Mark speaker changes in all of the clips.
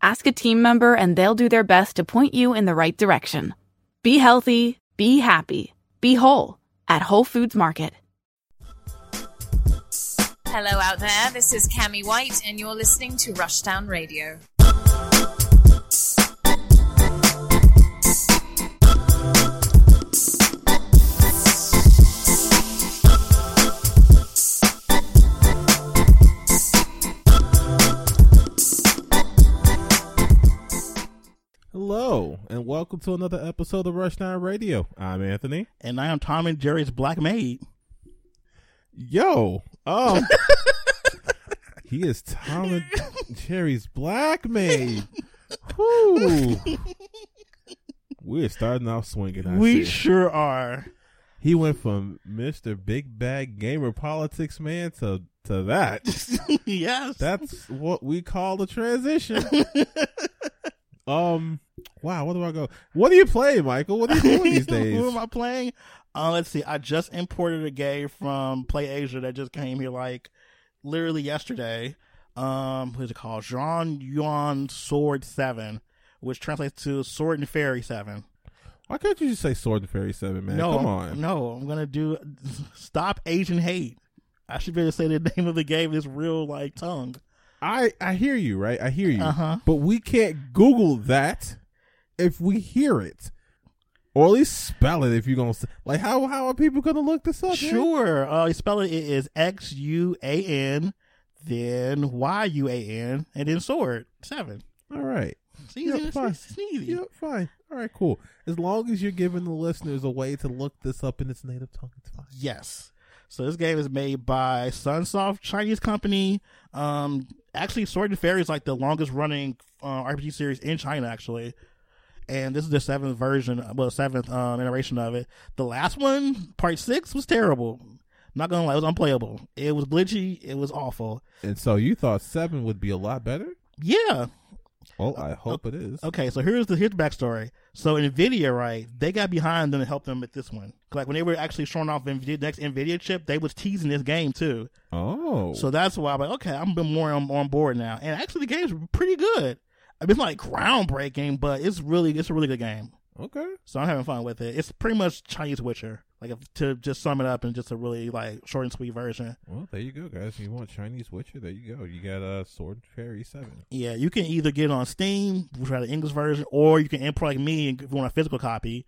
Speaker 1: Ask a team member and they'll do their best to point you in the right direction. Be healthy, be happy, be whole at Whole Foods Market.
Speaker 2: Hello out there, this is Cami White and you're listening to Rushdown Radio.
Speaker 3: Hello, and welcome to another episode of Rushdown Radio. I'm Anthony.
Speaker 4: and I am Tom and Jerry's black maid.
Speaker 3: Yo, um, he is Tom and Jerry's black maid. Whoo. We're starting off swinging. I
Speaker 4: we
Speaker 3: see.
Speaker 4: sure are.
Speaker 3: he went from Mr. Big Bag Gamer Politics Man to to that.
Speaker 4: yes.
Speaker 3: That's what we call the transition. um, wow. Where do I go? What do you play, Michael? What are you doing these days?
Speaker 4: Who am I playing? Uh, let's see. I just imported a game from Play Asia that just came here like literally yesterday. Um, what is it called? Jean Yuan Sword Seven, which translates to Sword and Fairy Seven.
Speaker 3: Why can't you just say Sword and Fairy Seven, man?
Speaker 4: no,
Speaker 3: Come
Speaker 4: I'm-
Speaker 3: on.
Speaker 4: no, I'm gonna do stop Asian hate. I should be able to say the name of the game in this real like tongue.
Speaker 3: I I hear you, right? I hear you.
Speaker 4: Uh-huh.
Speaker 3: But we can't Google that if we hear it, or at least spell it if you're gonna s- like. How how are people gonna look this up? man?
Speaker 4: Sure. Uh, you spell it. It is X U A N, then Y U A N, and then sword seven.
Speaker 3: All right.
Speaker 4: It's easy.
Speaker 3: Yep,
Speaker 4: It's
Speaker 3: fine.
Speaker 4: easy. It's easy.
Speaker 3: Yep, fine. All right, cool. As long as you're giving the listeners a way to look this up in its native tongue, it's fine.
Speaker 4: Yes. So this game is made by Sunsoft Chinese company. Um, actually, Sword and Fairy is like the longest running uh, RPG series in China, actually. And this is the seventh version, well, seventh um, iteration of it. The last one, part six, was terrible. Not gonna lie, it was unplayable. It was glitchy. It was awful.
Speaker 3: And so you thought seven would be a lot better?
Speaker 4: Yeah,
Speaker 3: Well, I hope it is.
Speaker 4: Okay, so here's the here's the backstory. So Nvidia, right? They got behind them to help them with this one. Like when they were actually showing off Nvidia next Nvidia chip, they was teasing this game too.
Speaker 3: Oh,
Speaker 4: So that's why I'm like, okay, I'm been more on, on board now. And actually, the game's pretty good. I mean, it's not like groundbreaking, but it's really it's a really good game.
Speaker 3: okay.
Speaker 4: So I'm having fun with it. It's pretty much Chinese Witcher. Like if, to just sum it up in just a really like short and sweet version.
Speaker 3: Well, there you go, guys. You want Chinese Witcher? There you go. You got uh, Sword and Fairy Seven.
Speaker 4: Yeah, you can either get it on Steam, which had an English version, or you can import like me and if you want a physical copy,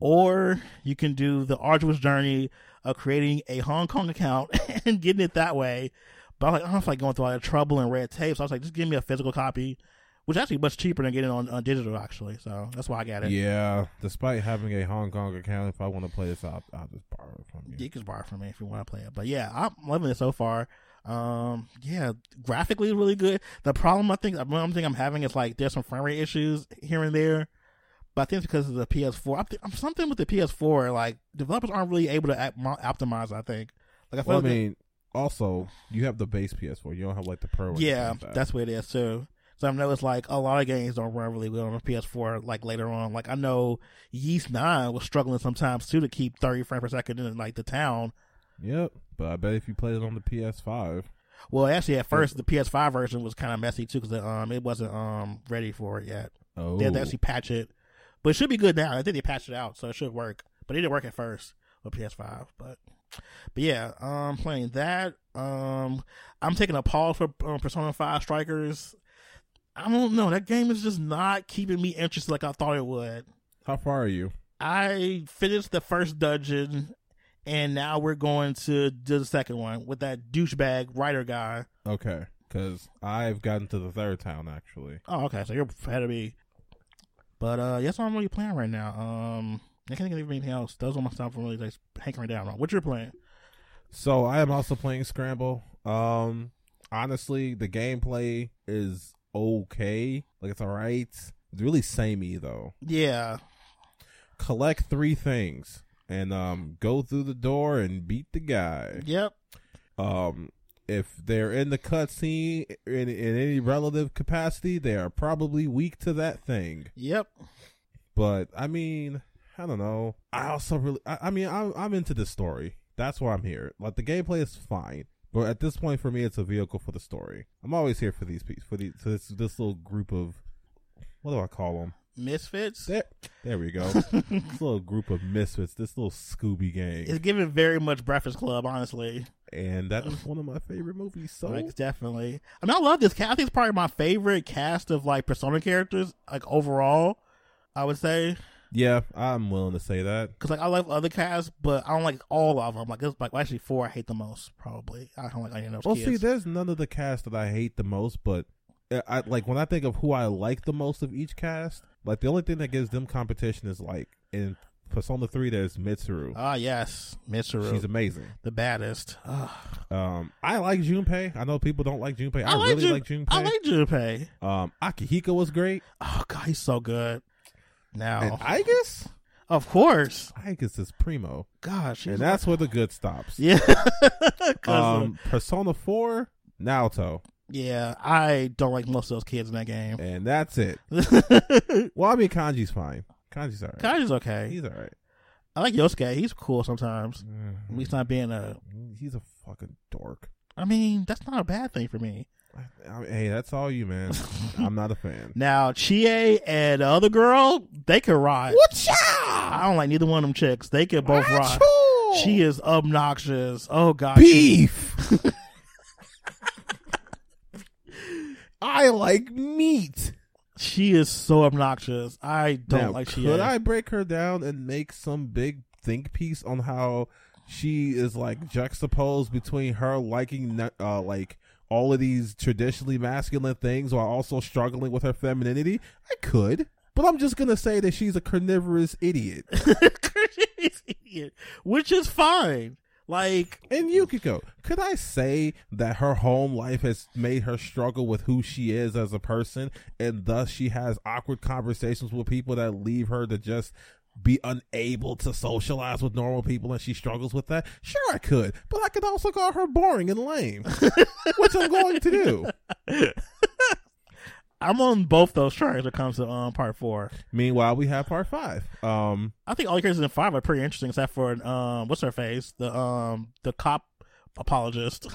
Speaker 4: or you can do the arduous journey of creating a Hong Kong account and getting it that way. But I'm like, I don't feel like going through all that trouble and red tape, so I was like, just give me a physical copy, which is actually much cheaper than getting it on, on digital actually. So that's why I got it.
Speaker 3: Yeah, despite having a Hong Kong account, if I want to play this, I'll, I'll just borrow it from
Speaker 4: You can borrow it from me if you want to play it. But yeah, I'm loving it so far. Um, yeah, graphically really good. The problem I think one thing I'm having is like there's some frame rate issues here and there, but I think it's because of the PS4. I think, something with the PS4, like developers aren't really able to op- optimize. I think. Like I feel
Speaker 3: Well, I
Speaker 4: like
Speaker 3: mean, also you have the base PS4. You don't have like the Pro. or anything
Speaker 4: yeah,
Speaker 3: like that.
Speaker 4: that's what it is too. So I know it's like a lot of games don't run really well on the PS4. Like later on, like I know Yeast Nine was struggling sometimes too to keep 30 frames per second in like the town.
Speaker 3: Yep. But I bet if you played it on the PS5,
Speaker 4: Well, actually, at first the PS5 version was kind of messy too because um it wasn't um ready for it yet.
Speaker 3: oh,
Speaker 4: They had to actually patch it, but it should be good now. I think they patched it out, so it should work. But it didn't work at first with PS5. But but yeah, um, playing that. Um, I'm taking a pause for um, Persona Five Strikers. I don't know. That game is just not keeping me interested like I thought it would.
Speaker 3: how far are you?
Speaker 4: I finished the first dungeon, and now we're going to do the second one with that douchebag writer guy.
Speaker 3: Okay, because I've gotten to the third town actually.
Speaker 4: Oh, okay. So you're ahead of me. But uh, that's all I'm really playing right now. Um, I can't think of anything else. Those are my stuff I'm really like hankering down on. What you're playing?
Speaker 3: So I am also playing Scramble. Um, honestly, the gameplay is okay. Like it's alright. It's really samey though.
Speaker 4: Yeah,
Speaker 3: collect three things and um go through the door and beat the guy.
Speaker 4: Yep.
Speaker 3: Um, if they're in the cutscene in in any relative capacity, they are probably weak to that thing.
Speaker 4: Yep.
Speaker 3: But I mean, I don't know. I also really, I, I mean, I'm I'm into this story. That's why I'm here. Like the gameplay is fine, but at this point for me, it's a vehicle for the story. I'm always here for these people, for these, for this this little group of, what do I call them?
Speaker 4: Misfits.
Speaker 3: There, there we go. this little group of misfits. This little Scooby
Speaker 4: It's
Speaker 3: gang,
Speaker 4: giving very much Breakfast Club, honestly.
Speaker 3: and that is one of my favorite movies. So
Speaker 4: Like definitely. I mean, I love this. cast. I think it's probably my favorite cast of like Persona characters, like overall. I would say
Speaker 3: yeah, I'm willing to say that.
Speaker 4: because like I love other casts, but I don't like all of them. Like it's like well, actually four I hate the most probably. I don't like any of those
Speaker 3: Well,
Speaker 4: kids.
Speaker 3: see, there's none of the cast that I hate the most, but uh, I like when I think of who I like the most of each cast. Like the only thing that gives them competition is like in Persona Three, there's Mitsuru.
Speaker 4: ah yes, Mitsuru,
Speaker 3: She's amazing.
Speaker 4: the baddest. Ugh.
Speaker 3: Um, I like Junpei. I know people don't like Junpei. I, really
Speaker 4: Ju-
Speaker 3: like Junpei.
Speaker 4: I like Junpei.
Speaker 3: um, Akihiko was great,
Speaker 4: Oh god, he's so good. Now,
Speaker 3: and Igus,
Speaker 4: of course,
Speaker 3: Igus is primo,
Speaker 4: gosh,
Speaker 3: and that's where the good stops.
Speaker 4: yeah. 'Cause, uh,
Speaker 3: Um, Persona Four, Naoto,
Speaker 4: yeah, I don't like most of those kids in that game.
Speaker 3: and that's it.
Speaker 4: Kai's
Speaker 3: Well, I mean, Kanji's fine. Kanji's alright.
Speaker 4: okay.
Speaker 3: He's alright.
Speaker 4: I like Yosuke. He's cool sometimes. At least not being a.
Speaker 3: Mm, He's a fucking dork.
Speaker 4: I mean, that's not a bad thing for me.
Speaker 3: I- I mean, hey, that's all you, man. I'm not a fan.
Speaker 4: Now, Chie and the other girl, they could ride.
Speaker 3: What's
Speaker 4: I don't like neither one of them chicks. They could both ride.
Speaker 3: up?
Speaker 4: She is obnoxious. Oh God, she-
Speaker 3: beef. I like meat.
Speaker 4: she is so obnoxious. I don't
Speaker 3: Now,
Speaker 4: like Chie.
Speaker 3: could I break her down and make some big think piece on how she is like juxtaposed between her liking uh, like all of these traditionally masculine things while also struggling with her femininity? I could, but I'm just gonna say that she's a carnivorous idiot.
Speaker 4: Which is fine. Like,
Speaker 3: And Yukiko, could I say that her home life has made her struggle with who she is as a person, and thus she has awkward conversations with people that leave her to just be unable to socialize with normal people, and she struggles with that? Sure, I could, but I could also call her boring and lame, which I'm going to do.
Speaker 4: I'm on both those tracks when it comes to um part four.
Speaker 3: Meanwhile, we have part five. Um,
Speaker 4: I think all the characters in five are pretty interesting, except for um, what's her face, the um, the cop apologist.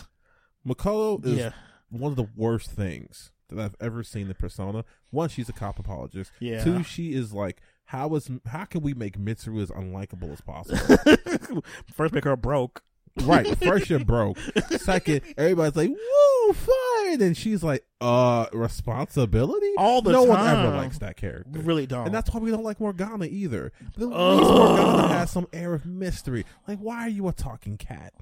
Speaker 3: McCullough is
Speaker 4: Yeah,
Speaker 3: one of the worst things that I've ever seen in Persona. One, she's a cop apologist.
Speaker 4: Yeah.
Speaker 3: Two, she is like, how is how can we make Mitsuru as unlikable as possible?
Speaker 4: first make her broke.
Speaker 3: right. First, you're broke. Second, everybody's like, woo, fine, and she's like, uh, responsibility.
Speaker 4: All the
Speaker 3: no one
Speaker 4: time.
Speaker 3: ever likes that character.
Speaker 4: We really don't.
Speaker 3: And that's why we don't like Morgana either. The least
Speaker 4: Ugh.
Speaker 3: Morgana has some air of mystery. Like, why are you a talking cat?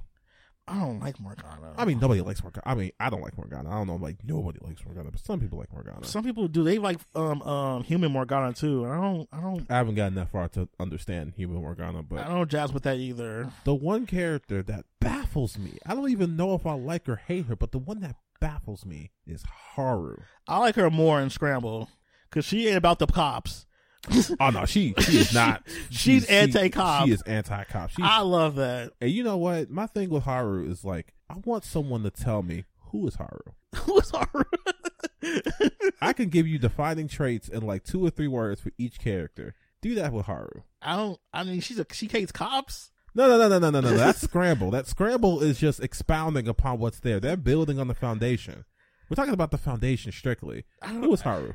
Speaker 4: I don't like Morgana.
Speaker 3: I mean, nobody likes Morgana. I mean, I don't like Morgana. I don't know, like nobody likes Morgana, but some people like Morgana.
Speaker 4: some people do. They like um um human Morgana too, and I don't I don't
Speaker 3: I haven't gotten that far to understand human Morgana,
Speaker 4: I
Speaker 3: but
Speaker 4: don't jazz with that either.
Speaker 3: the one character that baffles me, I don't even know if I like or hate her, but the one that baffles me is Haru.
Speaker 4: I like her more in Scramble because she ain't about the cops.
Speaker 3: Oh no, she she is not.
Speaker 4: She's
Speaker 3: she-
Speaker 4: anti-cop.
Speaker 3: She is anti cop. She
Speaker 4: I love that.
Speaker 3: and you know what? My thing with Haru is like I want someone to tell me who is Haru.
Speaker 4: Who's her?
Speaker 3: I can give you defining traits in like two or three words for each character. Do that with Haru.
Speaker 4: I don't. I mean, she's a she hates cops.
Speaker 3: No, no, no, no, no, no, no. That's scramble. That scramble is just expounding upon what's there. They're building on the foundation. We're talking about the foundation strictly.
Speaker 4: I
Speaker 3: Who is Haru?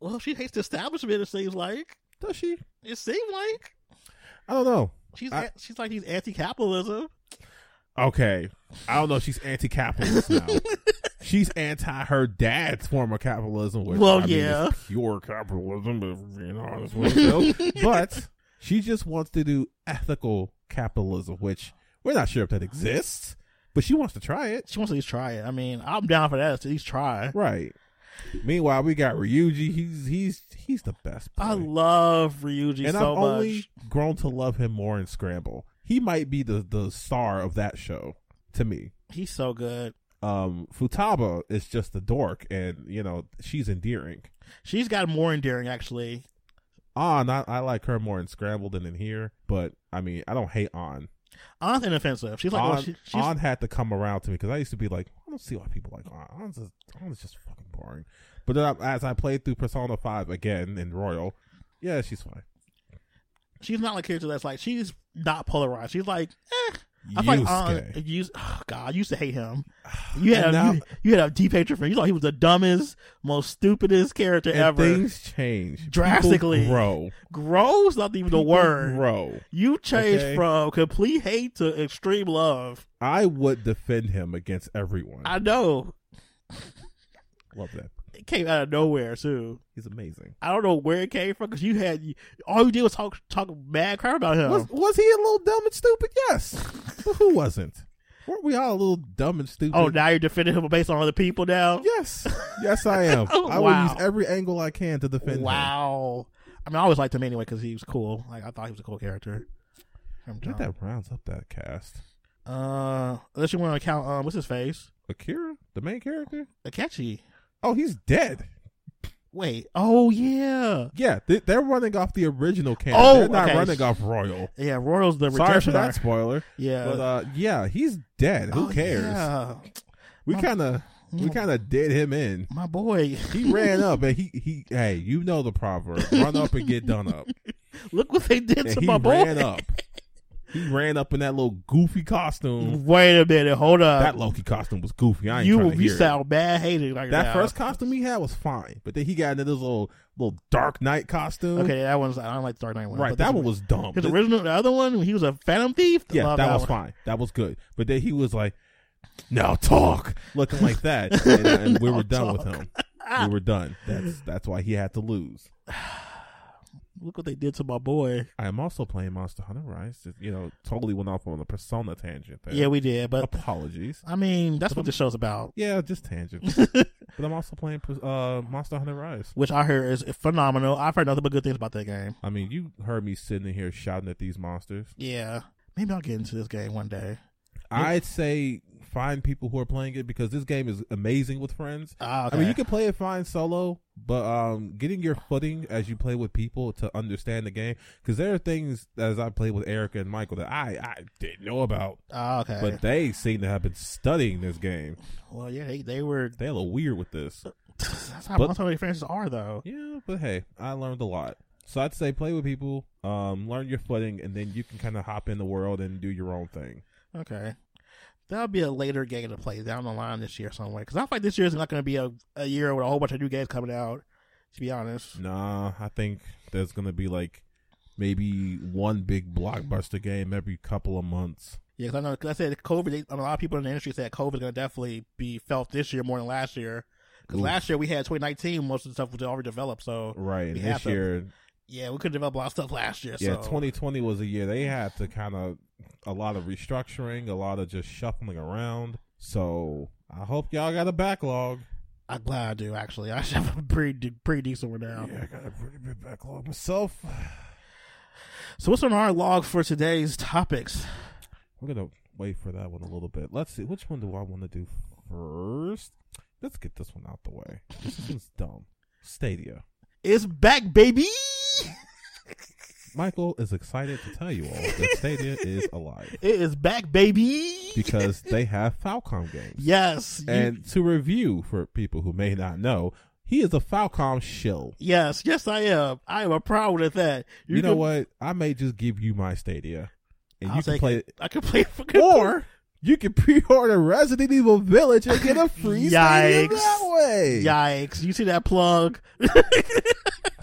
Speaker 4: Well, she hates the establishment. It seems like
Speaker 3: Does she?
Speaker 4: it seems like
Speaker 3: I don't know.
Speaker 4: she's
Speaker 3: I-
Speaker 4: a- she's like he's anti-capitalism.
Speaker 3: Okay. I don't know. if She's anti-capitalist now. She's anti her dad's form of capitalism. Which,
Speaker 4: Well,
Speaker 3: I mean, is
Speaker 4: yeah.
Speaker 3: pure capitalism. If we're being honest with ourselves. but she just wants to do ethical capitalism, which we're not sure if that exists. But she wants to try it.
Speaker 4: She wants to at least try it. I mean, I'm down for that. To at least try.
Speaker 3: Right. Meanwhile, we got Ryuji. He's he's he's the best. Boy.
Speaker 4: I love Ryuji
Speaker 3: and I've
Speaker 4: so
Speaker 3: only
Speaker 4: much.
Speaker 3: grown to love him more in Scramble. He might be the the star of that show to me.
Speaker 4: He's so good.
Speaker 3: Um, Futaba is just a dork, and you know she's endearing.
Speaker 4: She's got more endearing actually.
Speaker 3: On, I, I like her more in Scrambled than in here, but I mean, I don't hate On.
Speaker 4: An's inoffensive. She's like,
Speaker 3: on,
Speaker 4: well, she, she's,
Speaker 3: on had to come around to me because I used to be like, I don't see why people like On. On's just, On's just fucking boring. But then I, as I played through Persona 5 again in Royal, yeah, she's fine.
Speaker 4: she's not like a character that's like she's not polarized. She's like, eh. I feel like An,
Speaker 3: Yusuke.
Speaker 4: you, oh God, I used to hate him. You had a,
Speaker 3: And now-
Speaker 4: you, you had a deep hatred for him. You thought he was the dumbest, most stupidest character
Speaker 3: and
Speaker 4: ever.
Speaker 3: things change. People
Speaker 4: Drastically.
Speaker 3: grow.
Speaker 4: Gross, not even the
Speaker 3: People
Speaker 4: word.
Speaker 3: Grow.
Speaker 4: You changed
Speaker 3: Okay.
Speaker 4: from complete hate to extreme love.
Speaker 3: I would defend him against everyone. I
Speaker 4: I know.
Speaker 3: love that.
Speaker 4: It came out of nowhere too.
Speaker 3: He's amazing.
Speaker 4: I don't know where it came from because you had all you did was talk talk mad crap about him.
Speaker 3: Was, was he a little dumb and stupid? Yes. but who wasn't? Weren't we all a little dumb and stupid?
Speaker 4: oh, now you're defending him based on other people now.
Speaker 3: Yes. Yes, I am.
Speaker 4: Oh,
Speaker 3: I
Speaker 4: wow.
Speaker 3: will use every angle I can to defend him.
Speaker 4: wow. I mean, I always liked him anyway because he was cool. Like I thought he was a cool character. From
Speaker 3: I think
Speaker 4: John.
Speaker 3: that rounds up that cast.
Speaker 4: Uh, unless you want to count, um, what's his face?
Speaker 3: Akira, the main character?
Speaker 4: Akechi.
Speaker 3: Oh, he's dead.
Speaker 4: Wait. Oh yeah.
Speaker 3: Yeah, they, they're running off the original canon.
Speaker 4: Oh,
Speaker 3: they're not
Speaker 4: okay.
Speaker 3: running off Royal.
Speaker 4: Yeah. Royal's the
Speaker 3: Sorry for
Speaker 4: redemption.
Speaker 3: that
Speaker 4: arc.
Speaker 3: spoiler.
Speaker 4: Yeah.
Speaker 3: But uh, yeah, he's dead. Who
Speaker 4: Oh,
Speaker 3: cares?
Speaker 4: yeah. Oh.
Speaker 3: We
Speaker 4: My-
Speaker 3: kind of we kind of did him in.
Speaker 4: My boy.
Speaker 3: He ran up and he he hey, you know the proverb: run up and get done up.
Speaker 4: Look what they did
Speaker 3: And
Speaker 4: to
Speaker 3: he
Speaker 4: my boy.
Speaker 3: ran up. He ran up in that little goofy costume.
Speaker 4: Wait a minute. Hold up.
Speaker 3: That Loki costume was goofy. I ain't
Speaker 4: uh, you
Speaker 3: trying to
Speaker 4: you
Speaker 3: hear it.
Speaker 4: sound bad hated like
Speaker 3: That
Speaker 4: now.
Speaker 3: first costume he had was fine, but then he got into this little little Dark Knight costume.
Speaker 4: Okay, that one's I don't like the Dark Knight one.
Speaker 3: right,
Speaker 4: but
Speaker 3: that
Speaker 4: this-
Speaker 3: one was dumb.
Speaker 4: his
Speaker 3: Th-
Speaker 4: original. The other one, when he was a Phantom Thief. I
Speaker 3: yeah,
Speaker 4: love
Speaker 3: that, was
Speaker 4: one.
Speaker 3: fine. That was good. But then he was like, "Now talk," looking like that, and, and we
Speaker 4: Now
Speaker 3: were done with
Speaker 4: talk.
Speaker 3: him. We were done. That's that's why he had to lose.
Speaker 4: Look what they did to my boy.
Speaker 3: I am also playing Monster Hunter Rise. Just, You know, totally went off on a persona tangent there.
Speaker 4: Yeah, we did, but
Speaker 3: apologies.
Speaker 4: I mean that's what the show's about.
Speaker 3: Yeah, just tangents. but I'm also playing uh, Monster Hunter Rise.
Speaker 4: Which I hear is phenomenal. I've heard nothing but good things about that game.
Speaker 3: I mean, you heard me sitting in here shouting at these monsters.
Speaker 4: Yeah, maybe I'll get into this game one day.
Speaker 3: I'd say find people who are playing it because this game is amazing with friends.
Speaker 4: Ah,
Speaker 3: I mean,
Speaker 4: okay.
Speaker 3: you can play it fine solo, but um, getting your footing as you play with people to understand the game because there are things as I played with Erica and Michael that I I didn't know about,
Speaker 4: Ah, okay.
Speaker 3: but they seem to have been studying this game.
Speaker 4: well, yeah, they, they were.
Speaker 3: They're a little weird with this.
Speaker 4: That's how
Speaker 3: But-
Speaker 4: most of my friends are, though.
Speaker 3: Yeah, but hey, I learned a lot. So I'd say play with people, um, learn your footing, and then you can kind of hop in the world and do your own thing.
Speaker 4: Okay. That'll be a later game to play down the line this year somewhere. Because I feel like this year is not going to be a, a year with a whole bunch of new games coming out, to be honest.
Speaker 3: Nah, I think there's gonna be like maybe one big blockbuster game every couple of months.
Speaker 4: Yeah, 'cause I know, cause I said COVID, they, a lot of people in the industry said COVID is going to definitely be felt this year more than last year. Because
Speaker 3: Oof.
Speaker 4: last year we had 2019, most of the stuff was already developed. So,
Speaker 3: Right. And
Speaker 4: We have
Speaker 3: this
Speaker 4: to-
Speaker 3: year,
Speaker 4: yeah, we could develop a lot of stuff last year.
Speaker 3: yeah,
Speaker 4: so.
Speaker 3: 2020 was a year they had to kind of a lot of restructuring, a lot of just shuffling around. So I hope y'all got a backlog.
Speaker 4: I'm glad I do, actually. I should have a pretty, pretty decent one now.
Speaker 3: I got a pretty big backlog myself.
Speaker 4: So, what's on our log for today's topics?
Speaker 3: We're gonna wait for that one a little bit. Let's see which one do I want to do first. Let's get this one out the way. This one's dumb. Stadia.
Speaker 4: It's back, baby!
Speaker 3: Michael is excited to tell you all that Stadia is alive
Speaker 4: It is back, baby!
Speaker 3: because they have Falcom games.
Speaker 4: Yes. you-
Speaker 3: And to review for people who may not know, he is a Falcom shill.
Speaker 4: yes, yes, I am. I am a proud of that.
Speaker 3: You, know
Speaker 4: can-
Speaker 3: what? I may just give you my Stadia, and
Speaker 4: I'll
Speaker 3: you can
Speaker 4: take
Speaker 3: play it.
Speaker 4: I can play for
Speaker 3: Or you can pre-order Resident Evil Village and get a free Stadia
Speaker 4: Yikes.
Speaker 3: that way.
Speaker 4: Yikes! You see that plug?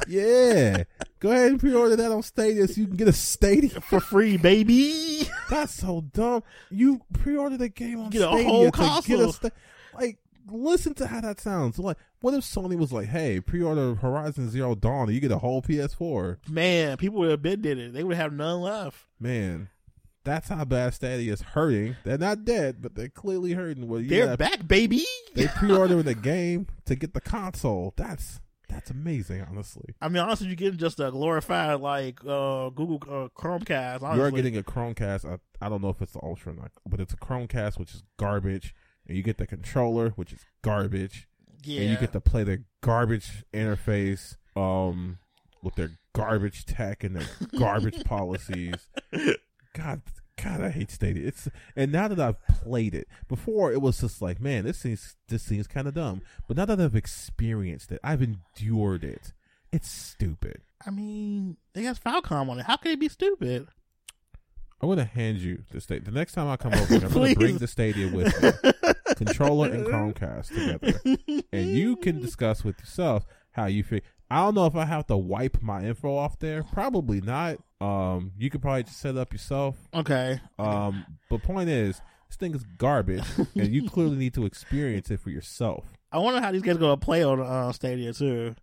Speaker 3: Yeah. Go ahead and pre-order that on Stadia so you can get a Stadia.
Speaker 4: for free, baby.
Speaker 3: That's so dumb. You pre-ordered a game on
Speaker 4: Get a
Speaker 3: Stadia
Speaker 4: whole
Speaker 3: to Get
Speaker 4: console.
Speaker 3: a sta- like, listen to how that sounds. Like, what if Sony was like, "Hey, pre-order Horizon Zero Dawn, and you get a whole PS4."
Speaker 4: Man, people would have been did it. They would have none left.
Speaker 3: Man, that's how bad Stadia is hurting. They're not dead, but they're clearly hurting. Well,
Speaker 4: They're
Speaker 3: yeah,
Speaker 4: back, baby.
Speaker 3: they pre-ordering a game to get the console. That's that's amazing, honestly.
Speaker 4: I mean, honestly, you're getting just a glorified like uh, Google uh, Chromecast. Honestly.
Speaker 3: You are getting a Chromecast. I, I don't know if it's the Ultra or not, but it's a Chromecast, which is garbage. And you get the controller, which is garbage.
Speaker 4: yeah.
Speaker 3: and you get to play the garbage interface. Um, with their garbage tech and their garbage policies. God, God, I hate Stadia. It's and now that I've played it, before it was just like, man, this seems this seems kind of dumb. But now that I've experienced it, I've endured it. It's stupid.
Speaker 4: I mean, they got Falcom on it. How could it be stupid?
Speaker 3: I'm gonna hand you the state. The next time I come over, here, I'm gonna bring
Speaker 4: Please.
Speaker 3: the Stadia with me, controller and Chromecast together, and you can discuss with yourself how you feel. I don't know if I have to wipe my info off there. Probably not. Um, you could probably just set it up yourself.
Speaker 4: Okay.
Speaker 3: Um, but point is, this thing is garbage, and you clearly need to experience it for yourself.
Speaker 4: I wonder how these guys gonna play on uh, Stadia too.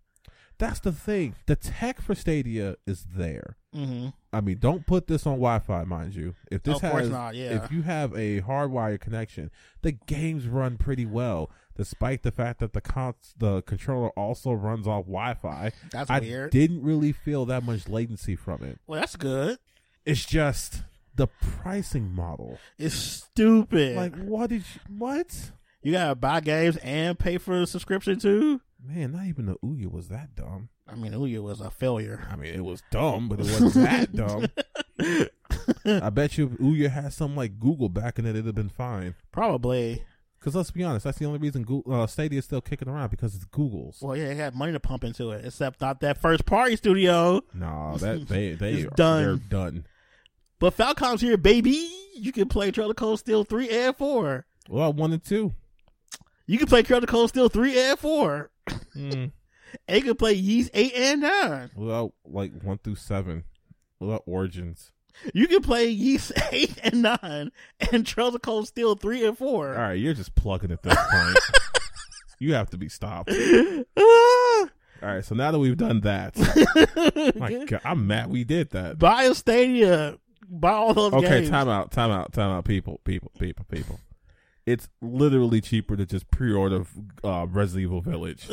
Speaker 3: That's the thing. The tech for Stadia is there.
Speaker 4: Mm-hmm.
Speaker 3: I mean, don't put this on Wi-Fi, mind you. If this
Speaker 4: Of
Speaker 3: has,
Speaker 4: course not, yeah.
Speaker 3: if you have a hardwired connection, the games run pretty well, despite the fact that the con- the controller also runs off Wi-Fi.
Speaker 4: That's
Speaker 3: I
Speaker 4: weird.
Speaker 3: didn't really feel that much latency from it.
Speaker 4: Well, that's good.
Speaker 3: It's just the pricing model.
Speaker 4: It's stupid.
Speaker 3: Like, what did you, what?
Speaker 4: you gotta buy games and pay for a subscription too.
Speaker 3: Man, not even the Ouya was that dumb.
Speaker 4: I mean, Ouya was a failure.
Speaker 3: I mean, it was dumb, but it wasn't that dumb. I bet you if Ouya had something like Google back in it, it'd have been fine.
Speaker 4: Probably.
Speaker 3: Because let's be honest, that's the only reason Google, uh, Stadia is still kicking around because it's Google's.
Speaker 4: Well, yeah, they had money to pump into it, except not that first party studio.
Speaker 3: Nah, that they they
Speaker 4: It's
Speaker 3: are
Speaker 4: done.
Speaker 3: They're done.
Speaker 4: But Falcom's here, baby. You can play Trailer Cold Steel 3 and 4.
Speaker 3: Well, I wanted to.
Speaker 4: You can play Trailer Cold Steel 3 and 4.
Speaker 3: Mm.
Speaker 4: And you can play Yeast 8 and 9.
Speaker 3: Without like one through seven, without Origins.
Speaker 4: You can play Yeast 8 and 9 and Trailer Cold Steel 3 and 4.
Speaker 3: All right, you're just plugging at this point. you have to be stopped.
Speaker 4: Ah!
Speaker 3: All right, so now that we've done that, my God, I'm mad we did that.
Speaker 4: Buy a Stadia. Buy all those
Speaker 3: Okay,
Speaker 4: games.
Speaker 3: time out, time out, time out. People, people, people, people. It's literally cheaper to just pre-order uh, Resident Evil Village.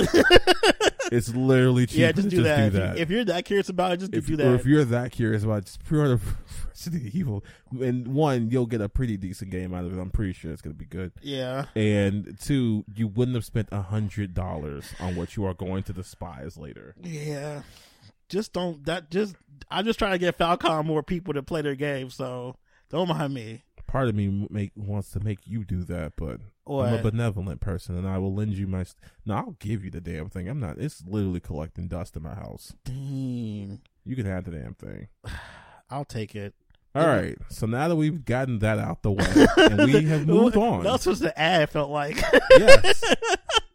Speaker 3: it's literally cheaper
Speaker 4: yeah, just
Speaker 3: to
Speaker 4: do
Speaker 3: just
Speaker 4: that.
Speaker 3: do that.
Speaker 4: If you're that curious about it, just
Speaker 3: If-
Speaker 4: do
Speaker 3: Or
Speaker 4: that.
Speaker 3: if you're that curious about it, just pre-order Resident Evil, and one, you'll get a pretty decent game out of it. I'm pretty sure it's gonna be good.
Speaker 4: yeah.
Speaker 3: And two, you wouldn't have spent a hundred dollars on what you are going to despise later.
Speaker 4: Yeah. Just don't that just I'm just trying to get Falcon more people to play their game, so don't mind me.
Speaker 3: Part of me make wants to make you do that, but I'm a
Speaker 4: What?
Speaker 3: benevolent person, and I will lend you my. St- no, I'll give you the damn thing. I'm not. It's literally collecting dust in my house.
Speaker 4: Dang.
Speaker 3: You can have the damn thing.
Speaker 4: I'll take it.
Speaker 3: All right. So now that we've gotten that out the way, and we have moved on.
Speaker 4: That's what the ad felt like.
Speaker 3: yes.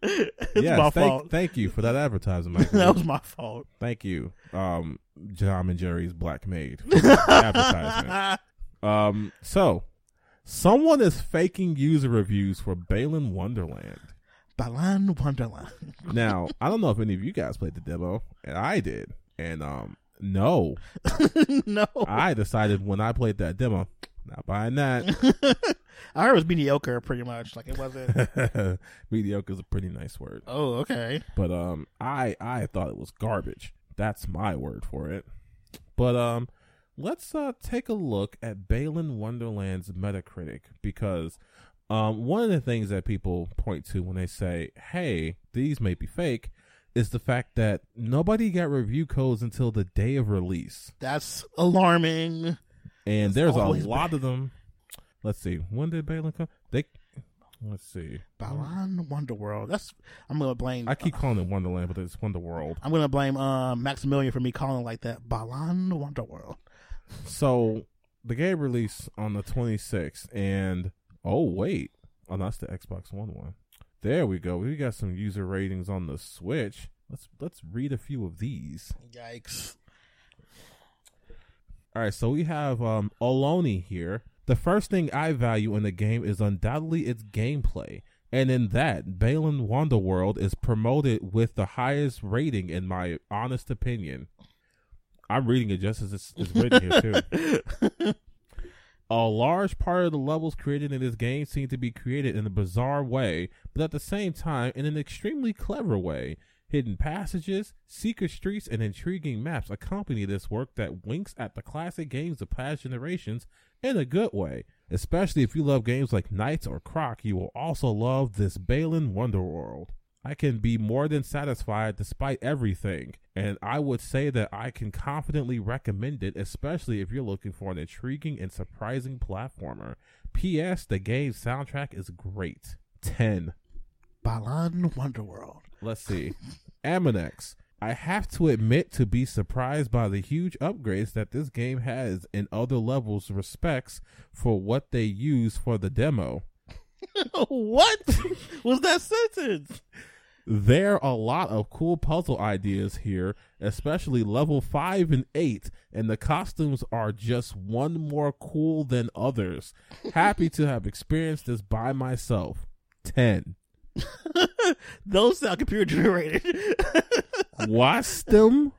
Speaker 4: it's
Speaker 3: yes.
Speaker 4: my
Speaker 3: thank,
Speaker 4: fault.
Speaker 3: Thank you for that advertisement, Michael.
Speaker 4: that was my fault.
Speaker 3: thank you, um, John and Jerry's Black Maid for that advertisement. Um. So, someone is faking user reviews for Balin Wonderland.
Speaker 4: Balan Wonderland.
Speaker 3: Now, I don't know if any of you guys played the demo, and I did. And um no,
Speaker 4: no. I,
Speaker 3: I decided when I played that demo, not buying that.
Speaker 4: heard it was mediocre pretty much. Like it wasn't
Speaker 3: Mediocre is a pretty nice word,
Speaker 4: Oh, okay.
Speaker 3: but um I I thought it was garbage. That's my word for it. But um let's uh take a look at Balin Wonderland's Metacritic because um one of the things that people point to when they say, "Hey, these may be fake." Is the fact that nobody got review codes until the day of release.
Speaker 4: That's alarming.
Speaker 3: and there's a
Speaker 4: always
Speaker 3: lot of them. Let's see, when did Balin come? They, let's see.
Speaker 4: Balan Wonderworld. That's I'm gonna blame
Speaker 3: I keep calling it Wonderland, but it's Wonder World.
Speaker 4: I'm gonna blame uh, Maximilian for me calling like that. Balan Wonderworld.
Speaker 3: So the game released on the 26th, and oh wait, oh that's the Xbox One one. There we go. We got some user ratings on the Switch. Let's let's read a few of these.
Speaker 4: Yikes.
Speaker 3: All right, so we have um, Ohlone here. The first thing I value in a game is undoubtedly its gameplay. And in that, Balin Wonderworld is promoted with the highest rating, in my honest opinion. I'm reading it just as it's, it's written here, too. A large part of the levels created in this game seem to be created in a bizarre way, but at the same time, in an extremely clever way. Hidden passages, secret streets, and intriguing maps accompany this work that winks at the classic games of past generations in a good way. Especially if you love games like Knights or Croc, you will also love this Balin Wonderworld. I can be more than satisfied despite everything. And I would say that I can confidently recommend it, especially if you're looking for an intriguing and surprising platformer. P.S. The game's soundtrack is great. 10.
Speaker 4: Balan Wonderworld.
Speaker 3: Let's see. Aminex. I have to admit to be surprised by the huge upgrades that this game has in other levels respects for what they use for the demo.
Speaker 4: what was that sentence?
Speaker 3: There are a lot of cool puzzle ideas here, especially level 5 and 8, and the costumes are just one more cool than others. Happy to have experienced this by myself. 10.
Speaker 4: Those sound computer generated.
Speaker 3: Watch them.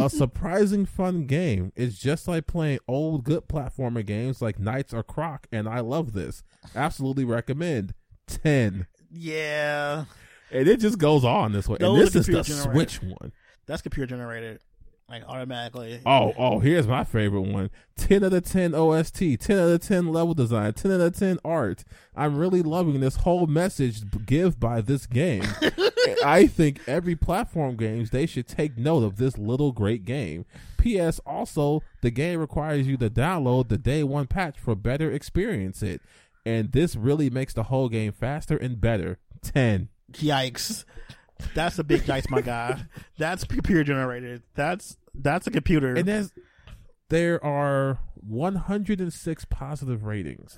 Speaker 3: A surprising fun game. It's just like playing old good platformer games like Knights or Croc, and I love this. Absolutely recommend. 10.
Speaker 4: yeah,
Speaker 3: And it just goes on this way. And
Speaker 4: Those
Speaker 3: this is
Speaker 4: are
Speaker 3: the
Speaker 4: computer
Speaker 3: Switch one.
Speaker 4: that's computer generated, like automatically.
Speaker 3: Oh, oh, here's my favorite one. 10 out of 10 OST, 10 out of 10 level design, 10 out of 10 art. I'm really loving this whole message b- give by this game. I think every platform games they should take note of this little great game. PS also, the game requires you to download the day one patch for better experience it. And this really makes the whole game faster and better. 10.
Speaker 4: Yikes! That's a big yikes, my guy. That's computer generated. That's that's a computer.
Speaker 3: And there's there are 106 positive ratings.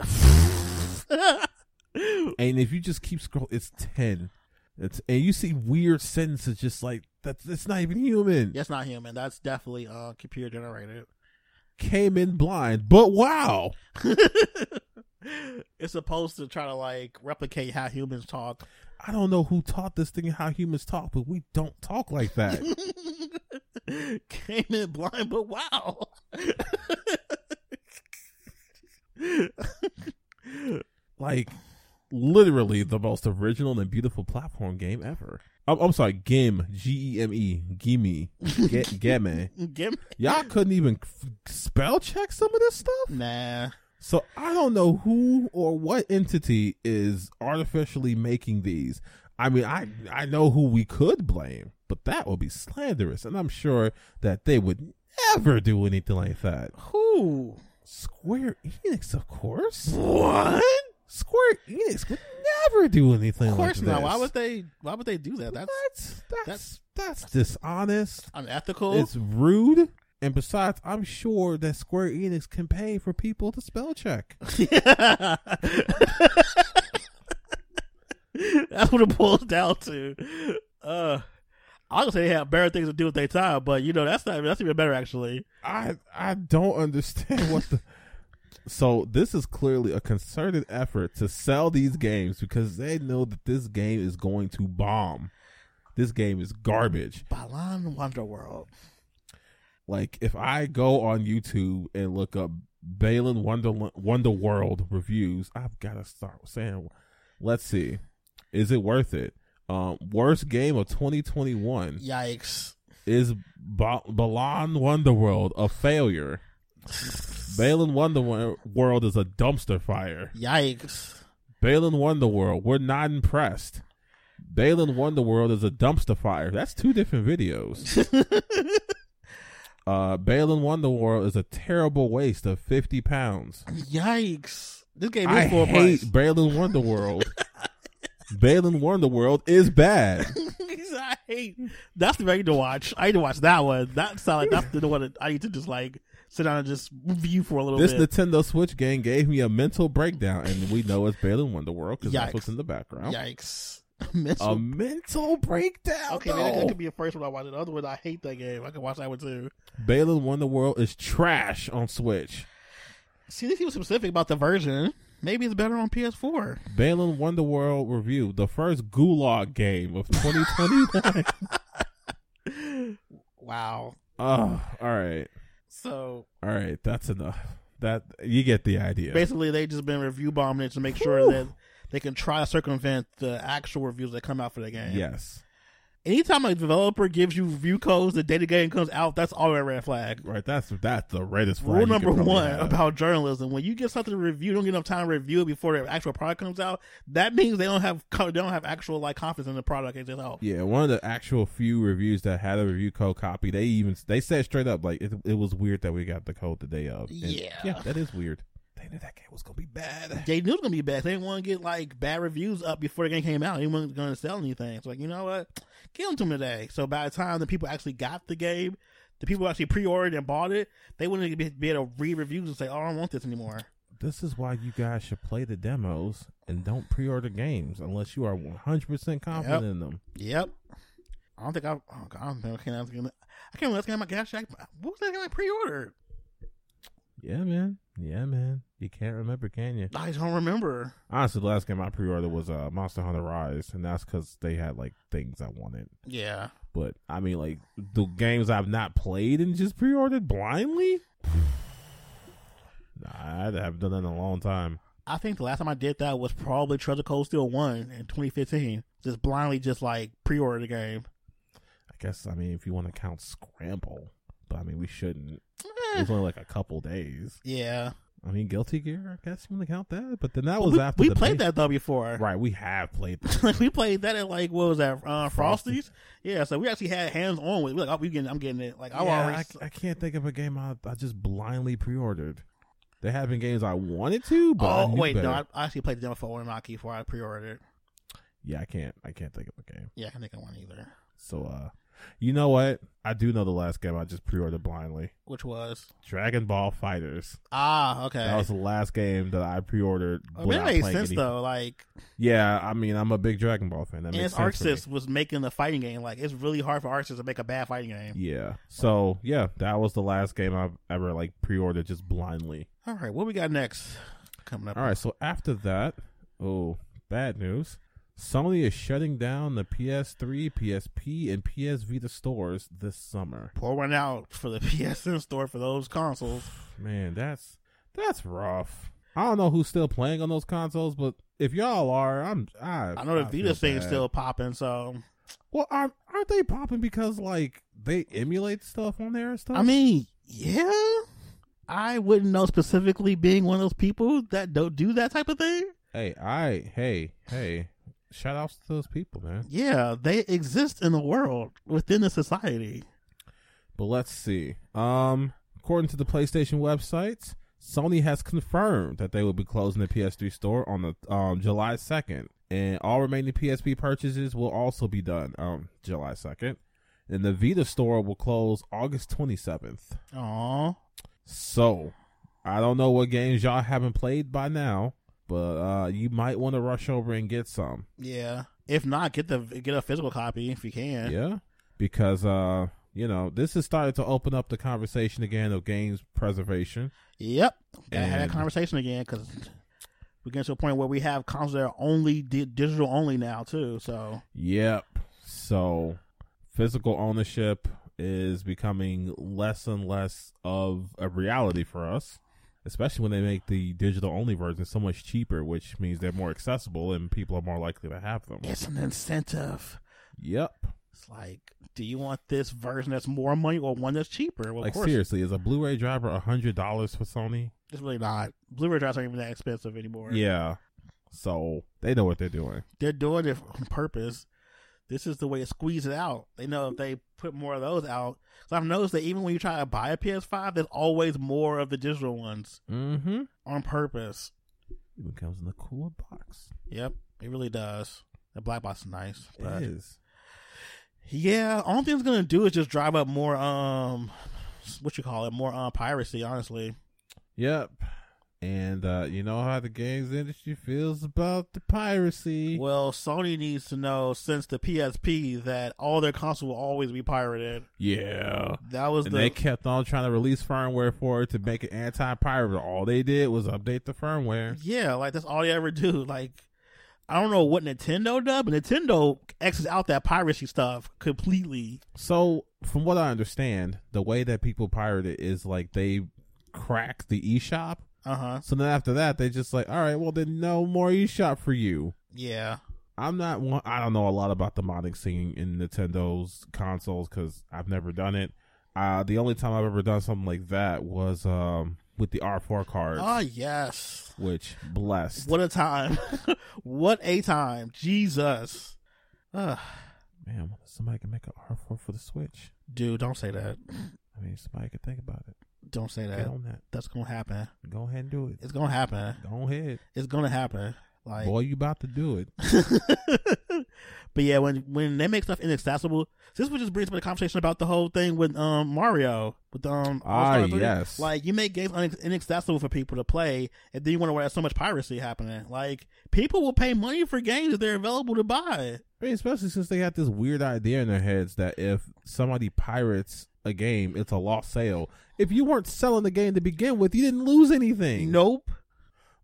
Speaker 3: and if you just keep scrolling, it's 10. It's and you see weird sentences just like that's it's not even human.
Speaker 4: that's not human. That's definitely uh, computer generated.
Speaker 3: Came in blind, but wow.
Speaker 4: It's supposed to try to like replicate how humans talk.
Speaker 3: I don't know who taught this thing and how humans talk, but we don't talk like that.
Speaker 4: Came in blind, but wow.
Speaker 3: like literally the most original and beautiful platform game ever. I'm, I'm sorry, Gim, G E M E, Gimme, Ge- Gemme.
Speaker 4: Give me
Speaker 3: Y'all couldn't even f- spell check some of this stuff.
Speaker 4: nah.
Speaker 3: So I don't know who or what entity is artificially making these. I mean, I I know who we could blame, but that would be slanderous, and I'm sure that they would never do anything like that.
Speaker 4: Who?
Speaker 3: Square Enix, of course.
Speaker 4: What?
Speaker 3: Square Enix would never do anything
Speaker 4: Of course
Speaker 3: like
Speaker 4: not.
Speaker 3: this.
Speaker 4: Why would they? Why would they do that? That's Oh.
Speaker 3: That's that's that's, dishonest.
Speaker 4: unethical.
Speaker 3: It's rude. And besides, I'm sure that Square Enix can pay for people to spell check.
Speaker 4: That's what it boils down to. Uh, I would say they have better things to do with their time, but you know that's not that's even better actually.
Speaker 3: I I don't understand what the So this is clearly a concerted effort to sell these games because they know that this game is going to bomb. This game is garbage.
Speaker 4: Balan Wonderworld.
Speaker 3: Like if I go on YouTube and look up Balin Wonder Wonder World reviews, I've got to start saying, let's see, is it worth it? Um, worst game of 2021
Speaker 4: Yikes!
Speaker 3: is ba- Balan Wonderworld a failure? Balin Wonderworld is a dumpster fire.
Speaker 4: Yikes!
Speaker 3: Balin Wonderworld, we're not impressed. Balin Wonderworld is a dumpster fire. That's two different videos. uh, Balin Wonderworld is a terrible waste of 50 pounds.
Speaker 4: Yikes! This game is
Speaker 3: I
Speaker 4: full
Speaker 3: hate
Speaker 4: price.
Speaker 3: Balin Wonderworld. Balin Wonderworld is bad.
Speaker 4: I hate. That's the one I need to watch. I need to watch that one. That sound like that's the one that I need to just like sit down and just review for a little
Speaker 3: This
Speaker 4: bit.
Speaker 3: Nintendo Switch game gave me a mental breakdown, and we know it's Balin Wonderworld because that's
Speaker 4: Yikes.
Speaker 3: what's in the Um, background.
Speaker 4: Yikes! Mental
Speaker 3: A mental breakdown.
Speaker 4: Okay,
Speaker 3: though.
Speaker 4: man, that, that could be a first one I watch. The other one, I hate that game. I can watch that one too.
Speaker 3: Balin Wonderworld is trash on Switch.
Speaker 4: See, if he was specific about the version, maybe it's better on PS4.
Speaker 3: Balin Wonderworld review: the first Gulag game of 2021.
Speaker 4: Wow.
Speaker 3: oh, all right,
Speaker 4: So
Speaker 3: all right, that's enough. That you get the idea.
Speaker 4: basically, they just been review bombing it to make sure that they can try to circumvent the actual reviews that come out for the game.
Speaker 3: yes,
Speaker 4: Anytime a developer gives you view codes, the data game comes out, that's already a red flag.
Speaker 3: Right, that's that's the reddest flag
Speaker 4: Rule
Speaker 3: you could
Speaker 4: number
Speaker 3: probably
Speaker 4: one
Speaker 3: have.
Speaker 4: about journalism: when you get something to review, don't get enough time to review it before the actual product comes out. That means they don't have co- they don't have actual like confidence in the product itself.
Speaker 3: Yeah, one of the actual few reviews that had a review code copy, they even they said straight up like it, it was weird that we got the code the day of. And,
Speaker 4: Yeah.
Speaker 3: yeah, that is weird. They knew that game was gonna be bad.
Speaker 4: They knew it was gonna be bad. They didn't want to get like bad reviews up before the game came out. They weren't gonna sell anything. So like you know what, give them to them today. So by the time the people actually got the game, the people who actually pre-ordered and bought it, they wouldn't be, be able to read reviews and say, "Oh, I don't want this anymore."
Speaker 3: This is why you guys should play the demos and don't pre-order games unless you are one hundred percent confident
Speaker 4: Yep.
Speaker 3: in them.
Speaker 4: Yep. I don't think I. Oh God, I don't think I can't. I can't remember last game I got. Jack- What was that game I pre-ordered?
Speaker 3: Yeah, man. Yeah, man. You can't remember, can you?
Speaker 4: I don't remember.
Speaker 3: Honestly, the last game I pre-ordered was uh, Monster Hunter Rise, and that's because they had like things I wanted.
Speaker 4: Yeah.
Speaker 3: But I mean, like the games I've not played and just pre-ordered blindly. Nah, I haven't done that in a long time.
Speaker 4: I think the last time I did that was probably Treasure Cold Steel 1 in 2015. Just blindly just like pre-order the game.
Speaker 3: I guess I mean if you want to count Scramble, but I mean we shouldn't. It
Speaker 4: Eh,
Speaker 3: was only like a couple days.
Speaker 4: yeah.
Speaker 3: I mean Guilty Gear, I guess you want to count that, but then that
Speaker 4: But
Speaker 3: was
Speaker 4: we
Speaker 3: after
Speaker 4: we
Speaker 3: the
Speaker 4: played
Speaker 3: beta-
Speaker 4: that though before.
Speaker 3: Right, we have played. that.
Speaker 4: Right. we played that at like what was that? Uh,
Speaker 3: Frosties.
Speaker 4: Frosties. Yeah, so we actually had hands on with. it. We're like, oh, we getting, I'm getting it. Like, I
Speaker 3: Yeah,
Speaker 4: already.
Speaker 3: I, I can't think of a game I, I just blindly pre-ordered. There have been games I wanted to, but I
Speaker 4: oh
Speaker 3: knew
Speaker 4: wait,
Speaker 3: better.
Speaker 4: no, I, I actually played the demo for Orimaki before I pre-ordered. it.
Speaker 3: yeah, I can't. I can't think of a game.
Speaker 4: Yeah, I can't think of one either.
Speaker 3: So, uh, you know what? I do know the last game I just pre-ordered blindly.
Speaker 4: Which was
Speaker 3: Dragon Ball Fighters.
Speaker 4: ah okay.
Speaker 3: That was the last game that I pre-ordered.
Speaker 4: I mean, it
Speaker 3: without
Speaker 4: made
Speaker 3: playing
Speaker 4: sense
Speaker 3: any-
Speaker 4: though. Like,
Speaker 3: Yeah, I mean, I'm a big Dragon Ball fan. That
Speaker 4: and
Speaker 3: makes
Speaker 4: it's
Speaker 3: sense for me.
Speaker 4: Arxis was making the fighting game. Like, it's really hard for Arxis to make a bad fighting game.
Speaker 3: Yeah. So yeah, that was the last game I've ever like pre-ordered just blindly.
Speaker 4: All right, what we got next coming up?
Speaker 3: All right. So after that, oh, bad news. Sony is shutting down the PS3, PSP, and PS Vita stores this summer.
Speaker 4: pour one out for the PSN store for those consoles.
Speaker 3: Man, that's that's rough. I don't know who's still playing on those consoles, but if y'all are, I'm. I,
Speaker 4: I know the
Speaker 3: I
Speaker 4: Vita
Speaker 3: feel
Speaker 4: thing's
Speaker 3: bad.
Speaker 4: still popping, so
Speaker 3: Well, aren't, aren't they popping because like they emulate stuff on there and stuff?
Speaker 4: I mean, yeah, I wouldn't know specifically being one of those people that don't do that type of thing.
Speaker 3: hey, I hey hey, shout outs to those people, man.
Speaker 4: Yeah, they exist in the world within the society.
Speaker 3: But let's see. Um, according to the PlayStation website, Sony has confirmed that they will be closing the PS3 store on the um, July 2nd, and all remaining PSP purchases will also be done um July 2nd, and the Vita store will close August 27th.
Speaker 4: Aw,
Speaker 3: So, I don't know what games y'all haven't played by now, but uh, you might want to rush over and get some.
Speaker 4: yeah. If not, get the get a physical copy if you can.
Speaker 3: Yeah, because uh, you know this has started to open up the conversation again of games preservation.
Speaker 4: Yep. Gotta have
Speaker 3: And-
Speaker 4: that conversation again because we're getting to a point where we have consoles that are only di- digital only now too. So
Speaker 3: Yep. So physical ownership is becoming less and less of a reality for us, especially when they make the digital only version so much cheaper, which means they're more accessible and people are more likely to have them.
Speaker 4: it's an incentive.
Speaker 3: Yep.
Speaker 4: It's like, do you want this version that's more money or one that's cheaper? Well,
Speaker 3: like
Speaker 4: of course,
Speaker 3: seriously, is a Blu-ray driver a hundred dollars for Sony?
Speaker 4: it's really not. Blu-ray drives aren't even that expensive anymore.
Speaker 3: Yeah. So they know what they're doing.
Speaker 4: they're doing it on purpose. This is the way to squeeze it out. They know if they put more of those out. So I've noticed that even when you try to buy a PS5, there's always more of the digital ones
Speaker 3: Mm-hmm.
Speaker 4: on purpose.
Speaker 3: It comes in the cooler box.
Speaker 4: Yep, it really does. The black box is nice,
Speaker 3: It
Speaker 4: but
Speaker 3: is.
Speaker 4: yeah, only thing it's gonna do is just drive up more um, what you call it, more um piracy. Honestly,
Speaker 3: Yep. And uh, you know how the games industry feels about the piracy.
Speaker 4: well, Sony needs to know since the PSP that all their consoles will always be pirated.
Speaker 3: Yeah.
Speaker 4: That was
Speaker 3: And
Speaker 4: the
Speaker 3: they kept on trying to release firmware for it to make it anti-pirate. All they did was update the firmware.
Speaker 4: Yeah, like that's all they ever do. Like, I don't know what Nintendo does, but Nintendo X's out that piracy stuff completely.
Speaker 3: So, from what I understand, the way that people pirate it is like they crack the eShop.
Speaker 4: Uh huh.
Speaker 3: So then after that, they just like, all right, well then no more eShop for you.
Speaker 4: Yeah.
Speaker 3: I'm not one. I don't know a lot about the modding scene in Nintendo's consoles because I've never done it. Uh, the only time I've ever done something like that was um, with the R4 cards,
Speaker 4: Oh yes.
Speaker 3: which blessed.
Speaker 4: What a time. what a time. Jesus. Ugh.
Speaker 3: Man, what if somebody can make an R4 for the Switch.
Speaker 4: dude, don't say that.
Speaker 3: I mean, somebody could think about it.
Speaker 4: Don't say
Speaker 3: Get
Speaker 4: that.
Speaker 3: on that.
Speaker 4: That's gonna happen.
Speaker 3: Go ahead and do it.
Speaker 4: It's gonna happen.
Speaker 3: Go ahead,
Speaker 4: It's gonna happen. Like
Speaker 3: boy. You about to do it?
Speaker 4: But yeah, when when they make stuff inaccessible, this would just brings up the conversation about the whole thing with um Mario with um
Speaker 3: Ah,
Speaker 4: All-Star 3.
Speaker 3: yes.
Speaker 4: like you make games unac- inaccessible for people to play, and then you wonder why there's so much piracy happening. Like people will pay money for games that they're available to buy.
Speaker 3: I mean, especially since they had this weird idea in their heads that if somebody pirates a game, it's a lost sale. If you weren't selling the game to begin with, you didn't lose anything.
Speaker 4: Nope.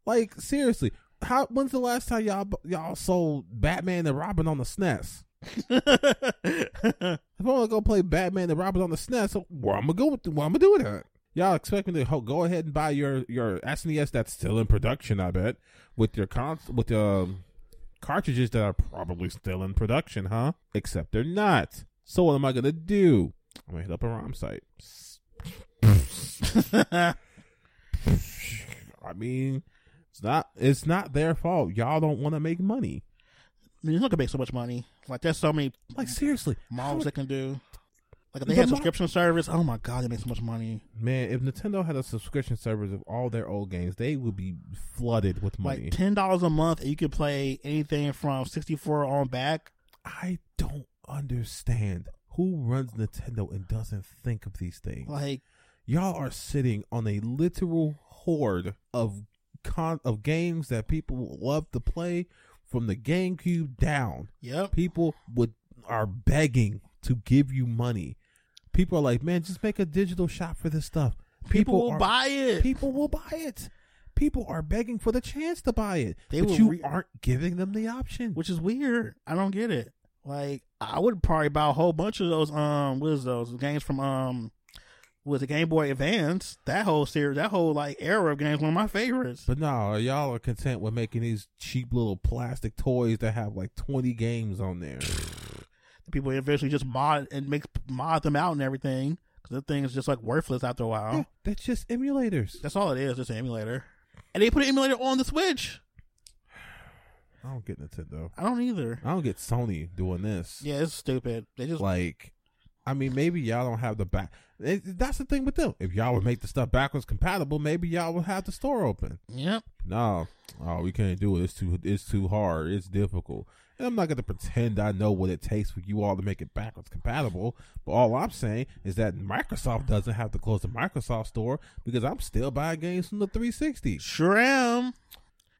Speaker 3: Like seriously, how? When's the last time y'all y'all sold Batman and Robin on the E SNES? If I'm gonna go play Batman and Robin on the SNES, so where I'm gonna go with where I'm gonna do with that? Y'all expect me to ho- go ahead and buy your your SNES that's still in production? I bet with your cons with the um, cartridges that are probably still in production, huh? Except they're not. So what am I gonna do? I'm gonna hit up a ROM site. I mean, it's not it's not their fault. Y'all don't want to make money.
Speaker 4: I mean, you're not gonna make so much money. Like there's so many
Speaker 3: Like seriously,
Speaker 4: models that can do. Like if
Speaker 3: The
Speaker 4: they had
Speaker 3: mo-
Speaker 4: subscription service, oh my god, they make so much money.
Speaker 3: man, if Nintendo had a subscription service of all their old games, they would be flooded with money.
Speaker 4: Like ten dollars a month, and you can play anything from sixty four on back.
Speaker 3: I don't understand who runs Nintendo and doesn't think of these things.
Speaker 4: Like
Speaker 3: Y'all are sitting on a literal horde of con of games that people love to play from the GameCube down.
Speaker 4: yep.
Speaker 3: People would are begging to give you money. People are like, man, just make a digital shop for this stuff.
Speaker 4: People, will
Speaker 3: are-
Speaker 4: buy it.
Speaker 3: People will buy it. People are begging for the chance to buy it,
Speaker 4: They
Speaker 3: but
Speaker 4: will
Speaker 3: you
Speaker 4: re-
Speaker 3: aren't giving them the option.
Speaker 4: which is weird. I don't get it. Like I would probably buy a whole bunch of those um what is those games from um was the Game Boy Advance that whole series that whole like era of games one of my favorites.
Speaker 3: But no, y'all are content with making these cheap little plastic toys that have like 20 games on there.
Speaker 4: People eventually just mod and make mod them out and everything because the thing is just like worthless after a while.
Speaker 3: Yeah, that's just emulators.
Speaker 4: That's all it is, just an emulator. And they put an emulator on the Switch.
Speaker 3: I don't get Nintendo.
Speaker 4: I don't either.
Speaker 3: I don't get Sony doing this.
Speaker 4: Yeah, it's stupid. They just
Speaker 3: Like, I mean, maybe y'all don't have the back. it- That's the thing with them. If y'all would make the stuff backwards compatible, maybe y'all would have the store open.
Speaker 4: yep.
Speaker 3: No, oh, we can't do it. It's too, it's too hard. It's difficult. And I'm not gonna pretend I know what it takes for you all to make it backwards compatible. But all I'm saying is that Microsoft doesn't have to close the Microsoft store because I'm still buying games from the 360.
Speaker 4: Sure am.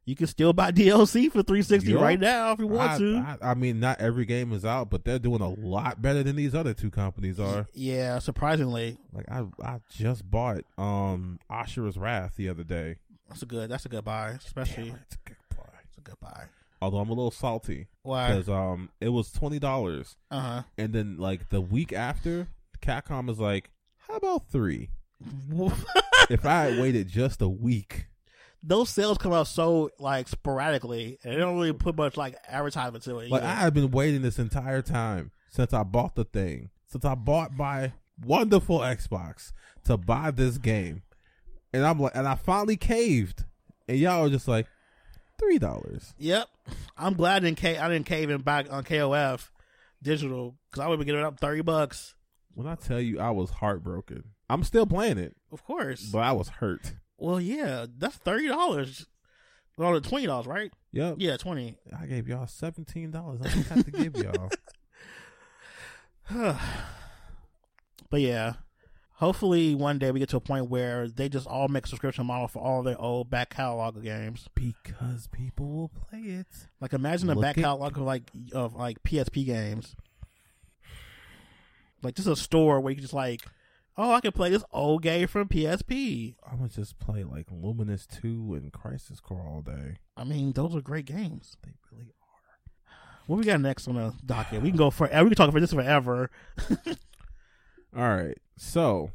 Speaker 4: You can still buy DLC for 360
Speaker 3: Yup.
Speaker 4: right now if you want
Speaker 3: I,
Speaker 4: to.
Speaker 3: I, I mean, not every game is out, but they're doing a lot better than these other two companies are.
Speaker 4: yeah, surprisingly,
Speaker 3: Like I, I just bought um Ashura's Wrath the other day.
Speaker 4: that's a good. That's a good buy, especially.
Speaker 3: Damn, it's a good buy.
Speaker 4: It's a good buy.
Speaker 3: Although I'm a little salty
Speaker 4: Why?
Speaker 3: because um it was twenty dollars.
Speaker 4: Uh huh.
Speaker 3: And then like the week after, Capcom is like, "How about three? if I had waited just a week,
Speaker 4: Those sales come out so like sporadically, and they don't really put much like advertisement to it.
Speaker 3: like I
Speaker 4: either.
Speaker 3: have been waiting this entire time since I bought the thing, since I bought my wonderful Xbox to buy this game, and I'm like, and I finally caved, and y'all are just like, three dollars.
Speaker 4: Yep. I'm glad I didn't cave, I didn't cave and buy on KOF digital because I would be getting it up 30 bucks.
Speaker 3: When I tell you, I was heartbroken. I'm still playing it,
Speaker 4: Of course.
Speaker 3: but I was hurt.
Speaker 4: well, yeah, that's $30. Well, the $20, right?
Speaker 3: Yep.
Speaker 4: Yeah, 20
Speaker 3: I gave y'all seventeen dollars. I just had to give y'all.
Speaker 4: But yeah, hopefully one day we get to a point where they just all make a subscription model for all their old back catalog of games.
Speaker 3: Because people will play it.
Speaker 4: Like imagine a
Speaker 3: Look
Speaker 4: back
Speaker 3: at-
Speaker 4: catalog of like of like PSP games. Like just a store where you can just like, oh, I can play this old game from PSP.
Speaker 3: I'm gonna just play like Luminous Two and Crisis Core all day.
Speaker 4: I mean, those are great games.
Speaker 3: They really are.
Speaker 4: What we got next on the docket? We can go forever. We can talk about this forever.
Speaker 3: All right, so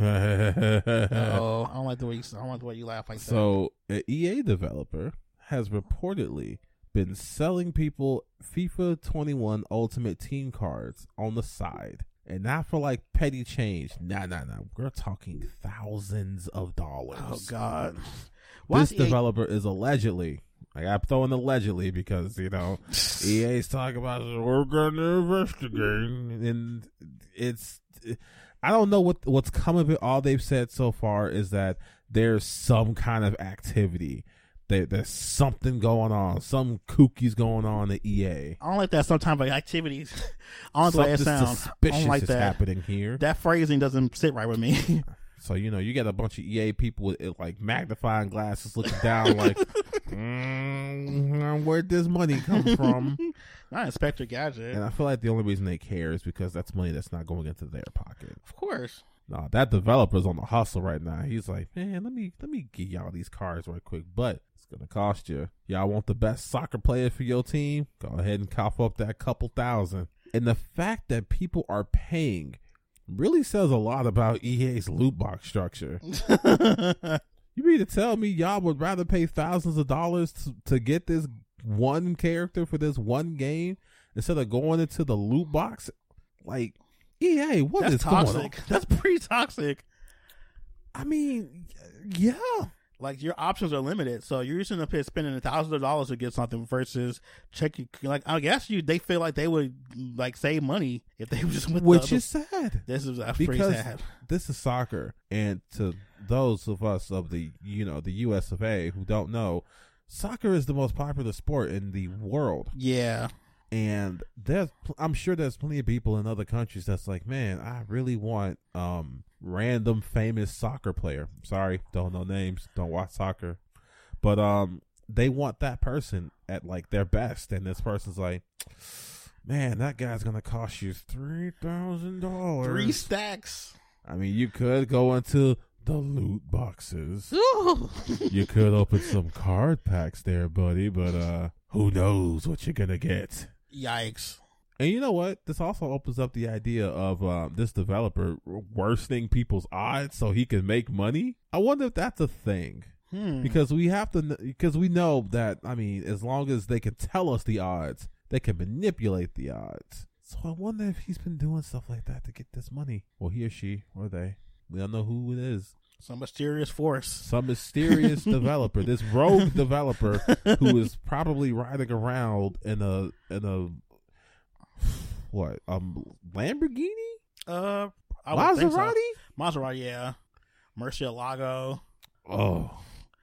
Speaker 4: oh,
Speaker 3: E
Speaker 4: I don't like the way you. I don't like the way you laugh like that.
Speaker 3: so an EA developer has reportedly been selling people FIFA 21 Ultimate Team cards on the side. And not for like petty change. Nah, nah, nah. We're talking thousands of dollars.
Speaker 4: Oh God. Why
Speaker 3: This
Speaker 4: is E EA
Speaker 3: developer is allegedly. Like I'm throwing allegedly because you know EA's E talking about we're gonna investigate, and it's I don't know what what's come of it. All they've said so far is that there's some kind of activity. There, there's something going on. Some kookies going on at EA.
Speaker 4: I don't like that sometimes like activities. I don't like that
Speaker 3: Something
Speaker 4: sounds. I
Speaker 3: suspicious
Speaker 4: don't like
Speaker 3: is
Speaker 4: that.
Speaker 3: happening here.
Speaker 4: That phrasing doesn't sit right with me.
Speaker 3: So you know, you got a bunch of EA people with uh, like magnifying glasses looking down, like, mm, where'd this money come from?
Speaker 4: Not Inspector Gadget.
Speaker 3: and I feel like the only reason they care is because that's money that's not going into their pocket.
Speaker 4: Of course.
Speaker 3: Nah, that developer's on the hustle right now. He's like, man, let me let me get y'all these cards right quick, but it's gonna cost you. Y'all want the best soccer player for your team? Go ahead and cough up that couple thousand. And the fact that people are paying really says a lot about EA's loot box structure. You mean to tell me y'all would rather pay thousands of dollars to, to get this one character for this one game instead of going into the loot box? Like, EA, what
Speaker 4: That's
Speaker 3: is going on?
Speaker 4: toxic. That's pretty toxic.
Speaker 3: I mean, yeah.
Speaker 4: Like your options are limited, so you're just gonna pay spending thousands of dollars to get something versus checking. Like I guess you, they feel like they would like save money if they were just with
Speaker 3: Which
Speaker 4: the,
Speaker 3: is sad.
Speaker 4: this is uh, pretty
Speaker 3: Because
Speaker 4: sad.
Speaker 3: this is soccer. And to those of us of the, you know, the US of A who don't know, soccer is the most popular sport in the world.
Speaker 4: Yeah,
Speaker 3: and there's pl- i'm sure there's plenty of people in other countries that's like man i really want um random famous soccer player sorry don't know names don't watch soccer but um they want that person at like their best and this person's like man that guy's gonna cost you three thousand
Speaker 4: three
Speaker 3: dollars
Speaker 4: stacks.
Speaker 3: i mean you could go into the loot boxes
Speaker 4: Ooh.
Speaker 3: you could open some card packs there buddy but uh who knows what you're gonna get
Speaker 4: Yikes!
Speaker 3: and you know what? This also opens up the idea of um, this developer worsening people's odds so he can make money. I wonder if that's a thing
Speaker 4: Hmm.
Speaker 3: because we have to because we know that I mean, as long as they can tell us the odds, they can manipulate the odds. So I wonder if he's been doing stuff like that to get this money. Well, he or she or they. We don't know who it is.
Speaker 4: Some mysterious force.
Speaker 3: Some mysterious developer, this rogue developer who is probably riding around in a in a what um Lamborghini
Speaker 4: Uh, I would think so.
Speaker 3: Maserati?
Speaker 4: Maserati, yeah. Murcielago,
Speaker 3: Oh,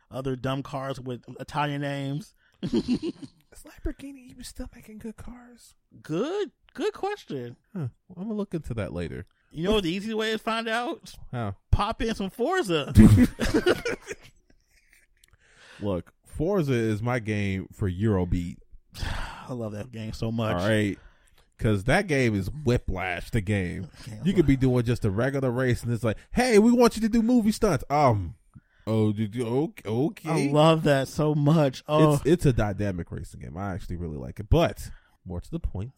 Speaker 4: other dumb cars with Italian names.
Speaker 3: is Lamborghini even still making good cars?
Speaker 4: Good, good question.
Speaker 3: Huh. Well, I'm gonna look into that later.
Speaker 4: You know the easy way to find out?
Speaker 3: How?
Speaker 4: Pop in some Forza.
Speaker 3: Look, Forza is my game for Eurobeat.
Speaker 4: I love that game so
Speaker 3: All
Speaker 4: much.
Speaker 3: right. Cause that game is whiplash. The game you could be doing just a regular race, and it's like, hey, we want you to do movie stunts. Um, oh, did you- okay,
Speaker 4: I
Speaker 3: okay.
Speaker 4: love that so much. Oh,
Speaker 3: It's it's a dynamic racing game. I actually really like it. But more to the point,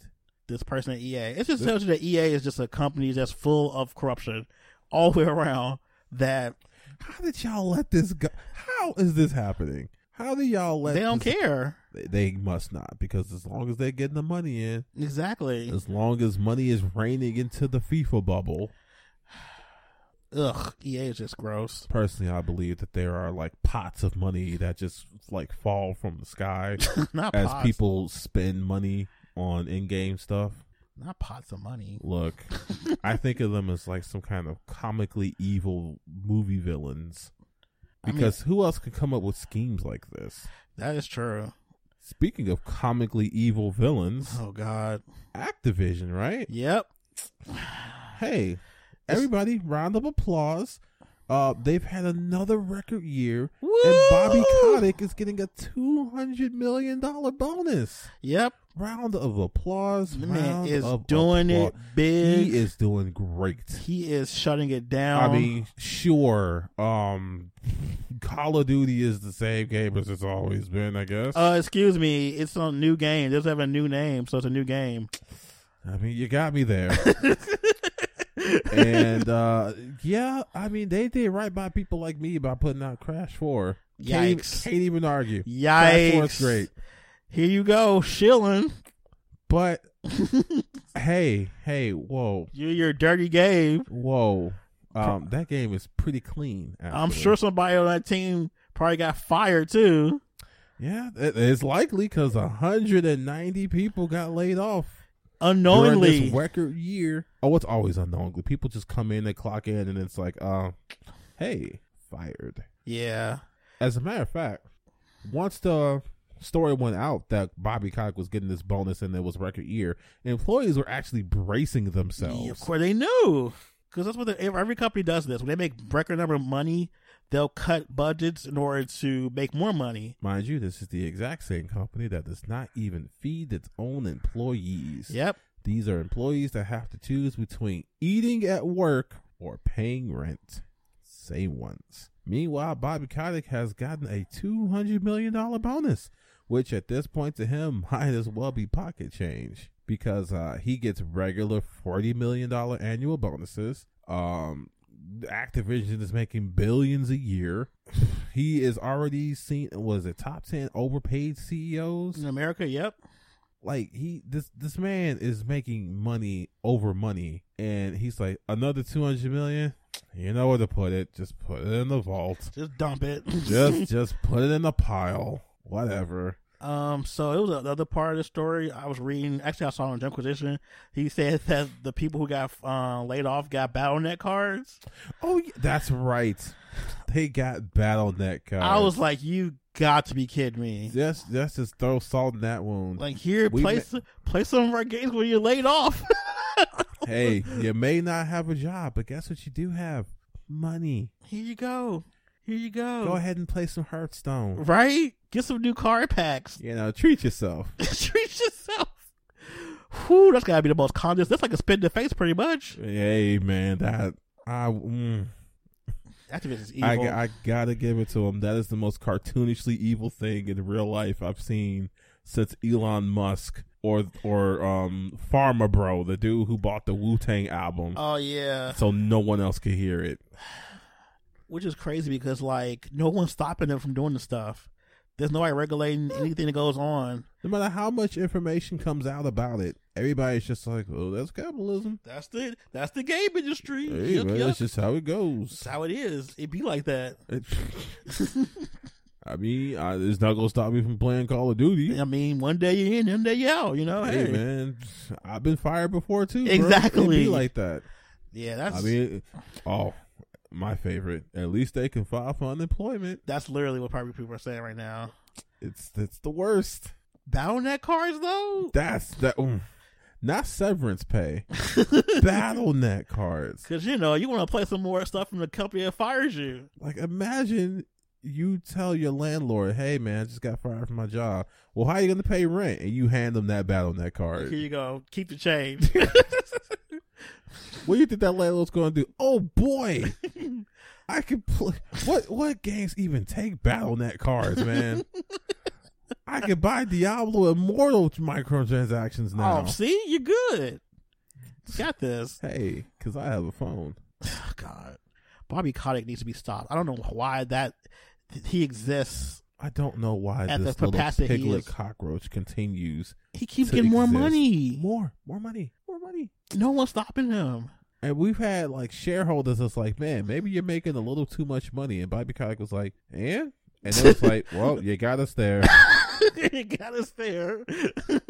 Speaker 4: this person at EA. It just tells you that EA is just a company that's full of corruption all the way around. That
Speaker 3: how did y'all let this go? How is this happening? How do y'all let?
Speaker 4: they don't
Speaker 3: this-
Speaker 4: care.
Speaker 3: They, they must not because as long as they're getting the money in,
Speaker 4: Exactly.
Speaker 3: as long as money is raining into the FIFA bubble,
Speaker 4: Ugh, EA is just gross.
Speaker 3: personally, I believe that there are like pots of money that just like fall from the sky
Speaker 4: Not
Speaker 3: as
Speaker 4: pots.
Speaker 3: people spend money on in-game stuff.
Speaker 4: Not pots of money.
Speaker 3: Look, I think of them as like some kind of comically evil movie villains.
Speaker 4: I mean-
Speaker 3: Because who else could come up with schemes like this?
Speaker 4: That is true.
Speaker 3: Speaking of comically evil villains,
Speaker 4: Oh God.
Speaker 3: Activision, right?
Speaker 4: Yep.
Speaker 3: Hey, everybody, round of applause. Uh, they've had another record year, and Bobby
Speaker 4: Woo!
Speaker 3: Kotick is getting a two hundred million dollar bonus.
Speaker 4: Yep.
Speaker 3: Round of applause.
Speaker 4: The man
Speaker 3: round
Speaker 4: is
Speaker 3: of
Speaker 4: doing it
Speaker 3: applause.
Speaker 4: big. Um,
Speaker 3: He is doing great.
Speaker 4: He is shutting it down.
Speaker 3: I mean, sure. Um, Call of Duty is the same game as it's always been, I guess.
Speaker 4: uh, excuse me, it's a new game. It doesn't have a new name, so it's a new game.
Speaker 3: I mean, you got me there. and uh, yeah, I mean, they did right by people like me by putting out Crash Four. Can't, even-
Speaker 4: Yikes.
Speaker 3: can't even argue. Crash Four is
Speaker 4: Yikes!
Speaker 3: great.
Speaker 4: Here you go, shilling.
Speaker 3: But hey, hey, whoa,
Speaker 4: You your dirty game.
Speaker 3: whoa. Um, that game is pretty clean.
Speaker 4: I'm
Speaker 3: actually.
Speaker 4: sure somebody on that team probably got fired too.
Speaker 3: Yeah, it- it's likely because 190 people got laid off during
Speaker 4: Unknowingly.
Speaker 3: this record year. Oh, it's always unknowingly. People just come in, they clock in, and it's like, um, hey, fired.
Speaker 4: Yeah.
Speaker 3: As a matter of fact, once the story went out that Bobby Kotick was getting this bonus and it was record year, employees were actually bracing themselves.
Speaker 4: Yeah, of course they knew because that's what they, every company does. This when they make record number of money, they'll cut budgets in order to make more money.
Speaker 3: Mind you, this is the exact same company that does not even feed its own employees.
Speaker 4: Yep.
Speaker 3: These are employees that have to choose between eating at work or paying rent. Same ones. Meanwhile, Bobby Kotick has gotten a $200 million bonus, which at this point to him might as well be pocket change because uh, he gets regular $40 million annual bonuses. Um, Activision is making billions a year. He is already seen, was it top 10 overpaid E CEOs?
Speaker 4: In America, yep.
Speaker 3: like he this this man is making money over money and he's like another 200 million you know where to put it just put it in the vault
Speaker 4: Just dump it.
Speaker 3: just just put it in the pile whatever
Speaker 4: um. So it was another part of the story I was reading. Actually, I saw on Jumpquisition. He said that the people who got uh, laid off got BattleNet cards.
Speaker 3: oh yeah, that's right they got battle net guys
Speaker 4: I was like, you got to be kidding me.
Speaker 3: just that's just throw salt in that wound
Speaker 4: Like here,
Speaker 3: We
Speaker 4: play s- play some of our games when you're laid off.
Speaker 3: hey you may not have a job but guess what you do have money
Speaker 4: here you go. Here you go.
Speaker 3: go ahead and play some hearthstone
Speaker 4: Right? Get some new card packs.
Speaker 3: you know treat yourself
Speaker 4: Treat yourself. Whew, that's gotta be the most conscious. That's like a spit in the face, pretty much.
Speaker 3: hey man that i mm.
Speaker 4: Activision's evil.
Speaker 3: I, I gotta give it to him. That is the most cartoonishly evil thing in real life I've seen since Elon Musk or or um Pharma Bro, the dude who bought the Wu Tang album,
Speaker 4: oh yeah,
Speaker 3: so no one else could hear it.
Speaker 4: which is crazy because like no one's stopping them from doing the stuff. There's nobody regulating anything that goes on.
Speaker 3: No matter how much information comes out about it, everybody's just like, "Oh, that's capitalism.
Speaker 4: That's the that's the game industry.
Speaker 3: Hey,
Speaker 4: Yuck,
Speaker 3: man,
Speaker 4: yuck.
Speaker 3: that's just how it
Speaker 4: That's
Speaker 3: goes."
Speaker 4: how it is. It be like that.
Speaker 3: It- I mean, I, it's not gonna stop me from playing Call of Duty.
Speaker 4: I mean, one day you're in, one day you're out. You know,
Speaker 3: Hey,
Speaker 4: hey,
Speaker 3: man, I've been fired before too. bro. It
Speaker 4: Exactly.
Speaker 3: be like that.
Speaker 4: yeah, that's
Speaker 3: I mean, oh, my favorite. At least they can file for unemployment.
Speaker 4: that's literally what probably people are saying right now.
Speaker 3: It's it's the worst.
Speaker 4: BattleNet cards though,
Speaker 3: That's that. mm. Not severance pay. Battle net cards.
Speaker 4: because you know you want to play some more stuff from the company that fires you.
Speaker 3: Like imagine you tell your landlord, "Hey man, I just got fired from my job. Well, how you gonna pay rent?" And you hand them that battle net
Speaker 4: Here
Speaker 3: card.
Speaker 4: you go. Keep the change.
Speaker 3: What do you think that landlord's gonna do? Oh boy, I can play. What what games even take battle net cards, man? I could buy Diablo Immortal microtransactions now.
Speaker 4: oh, see, you're good. You Got this.
Speaker 3: Hey, because I have a phone.
Speaker 4: Oh, God, Bobby Kotick needs to be stopped. I don't know why that he exists.
Speaker 3: I don't know why
Speaker 4: At
Speaker 3: this
Speaker 4: the
Speaker 3: little
Speaker 4: capacity he
Speaker 3: piglet
Speaker 4: is.
Speaker 3: cockroach continues.
Speaker 4: He keeps
Speaker 3: to
Speaker 4: getting more
Speaker 3: exist.
Speaker 4: money.
Speaker 3: More, more money, more money.
Speaker 4: No one's stopping him.
Speaker 3: And we've had like shareholders that's like, man, maybe you're making a little too much money. And Bobby Kotick was like, and? And it was like, well, you got us there.
Speaker 4: he got us there. and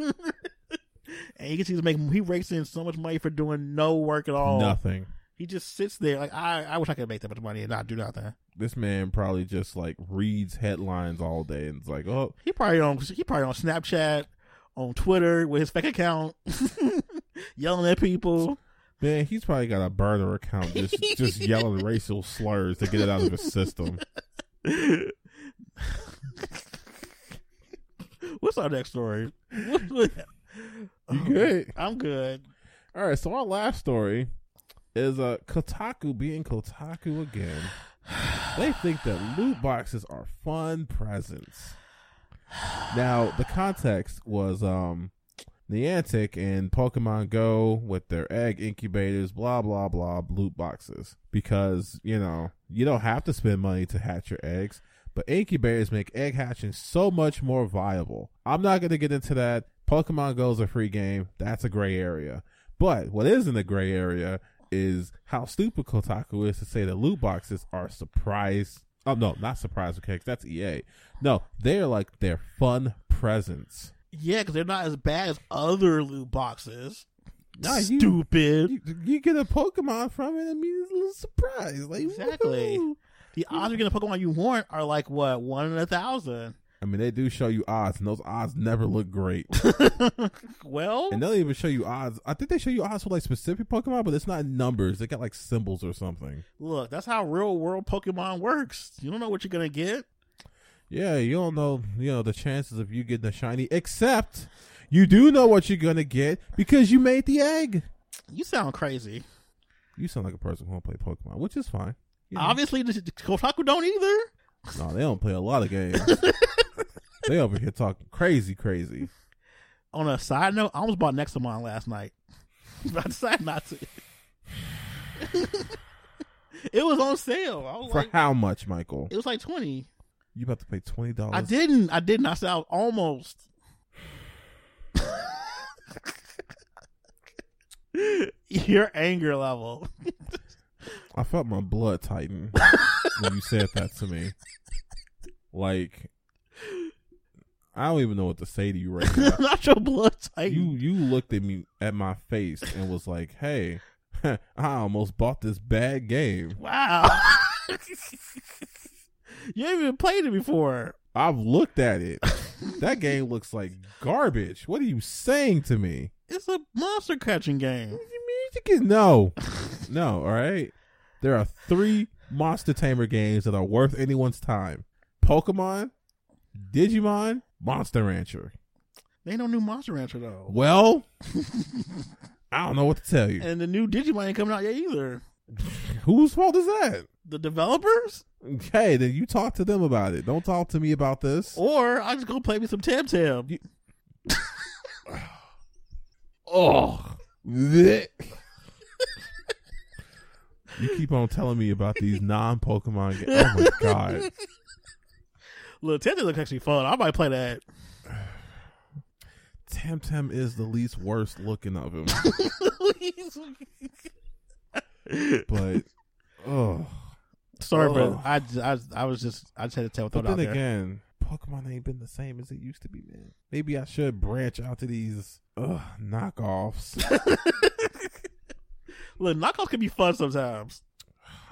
Speaker 4: you can see he's making he rakes in so much money for doing no work at all.
Speaker 3: Nothing.
Speaker 4: He just sits there like I. I wish I could make that much money and not do nothing.
Speaker 3: This man probably just like reads headlines all day and it's like, oh,
Speaker 4: He probably on he probably on Snapchat, on Twitter with his fake account, yelling at people.
Speaker 3: man, he's probably got a burner account just just yelling racial slurs to get it out of his system.
Speaker 4: What's our next story? you
Speaker 3: good?
Speaker 4: I'm good.
Speaker 3: All right, so our last story is uh, Kotaku being Kotaku again. They think that loot boxes are fun presents. Now, the context was um, Niantic and Pokemon Go with their egg incubators, blah, blah, blah, loot boxes. Because, you know, you don't have to spend money to hatch your eggs. but incubators make egg hatching so much more viable. I'm not going to get into that. Pokemon Go is a free game. That's a gray area. But what is in the gray area is how stupid Kotaku is to say that loot boxes are surprise. Oh no, not surprise okay, 'cause That's EA. No, they're like their fun presents.
Speaker 4: Yeah, because they're not as bad as other loot boxes.
Speaker 3: Nah, you-
Speaker 4: Stupid.
Speaker 3: You, you get a Pokemon from it, I mean, it's a little surprise. Like
Speaker 4: Exactly.
Speaker 3: woohoo.
Speaker 4: the odds of getting a Pokemon you want are like what one in a thousand.
Speaker 3: I mean, they do show you odds, and those odds never look great.
Speaker 4: well,
Speaker 3: and they'll even show you odds. I think they show you odds for like specific Pokemon, but it's not in numbers. They got like symbols or something.
Speaker 4: look, that's how real world Pokemon works. You don't know what you're gonna get.
Speaker 3: Yeah, you don't know, you know, the chances of you getting a shiny, except you do know what you're gonna get because you made the egg.
Speaker 4: You sound crazy.
Speaker 3: You sound like a person who don't play Pokemon, which is fine. You know.
Speaker 4: Obviously, the, the Kotaku don't either.
Speaker 3: No, they don't play a lot of games. they over here talking crazy, crazy.
Speaker 4: On a side note, I almost bought Nexamon last night, but I decided not to. it was on sale. I was
Speaker 3: For
Speaker 4: like,
Speaker 3: how much, Michael?
Speaker 4: it was like twenty.
Speaker 3: You about to pay twenty dollars?
Speaker 4: I didn't. I didn't. I said I was almost. Your anger level.
Speaker 3: I felt my blood tighten when you said that to me. Like, I don't even know what to say to you right now.
Speaker 4: Not your blood type.
Speaker 3: you you looked at me at my face and was like, "Hey, I almost bought this bad game.
Speaker 4: Wow. you haven't even played it before.
Speaker 3: I've looked at it. That game looks like garbage. What are you saying to me?
Speaker 4: It's a monster catching game.
Speaker 3: What do you mean you can no, no? All right, there are three Monster Tamer games that are worth anyone's time: Pokemon, Digimon, Monster Rancher.
Speaker 4: They don't do Monster Rancher though.
Speaker 3: Well, I don't know what to tell you.
Speaker 4: And the new Digimon ain't coming out yet either.
Speaker 3: Whose fault is that?
Speaker 4: The developers?
Speaker 3: Okay, then you talk to them about it. Don't talk to me about this.
Speaker 4: Or I just go play me some Tam Tam.
Speaker 3: You- Oh, you keep on telling me about these non Pokemon games. Oh my god!
Speaker 4: Look, Tam Tam looks actually fun. I might play that.
Speaker 3: Temtem is the least worst looking of them, but oh.
Speaker 4: Sorry,
Speaker 3: Oh.
Speaker 4: but I, j- I, I was just I just had to tell
Speaker 3: But
Speaker 4: throw it out
Speaker 3: then
Speaker 4: there.
Speaker 3: again, Pokemon ain't been the same as it used to be, man. Maybe I should branch out to these ugh, knockoffs.
Speaker 4: Look, knockoffs can be fun sometimes.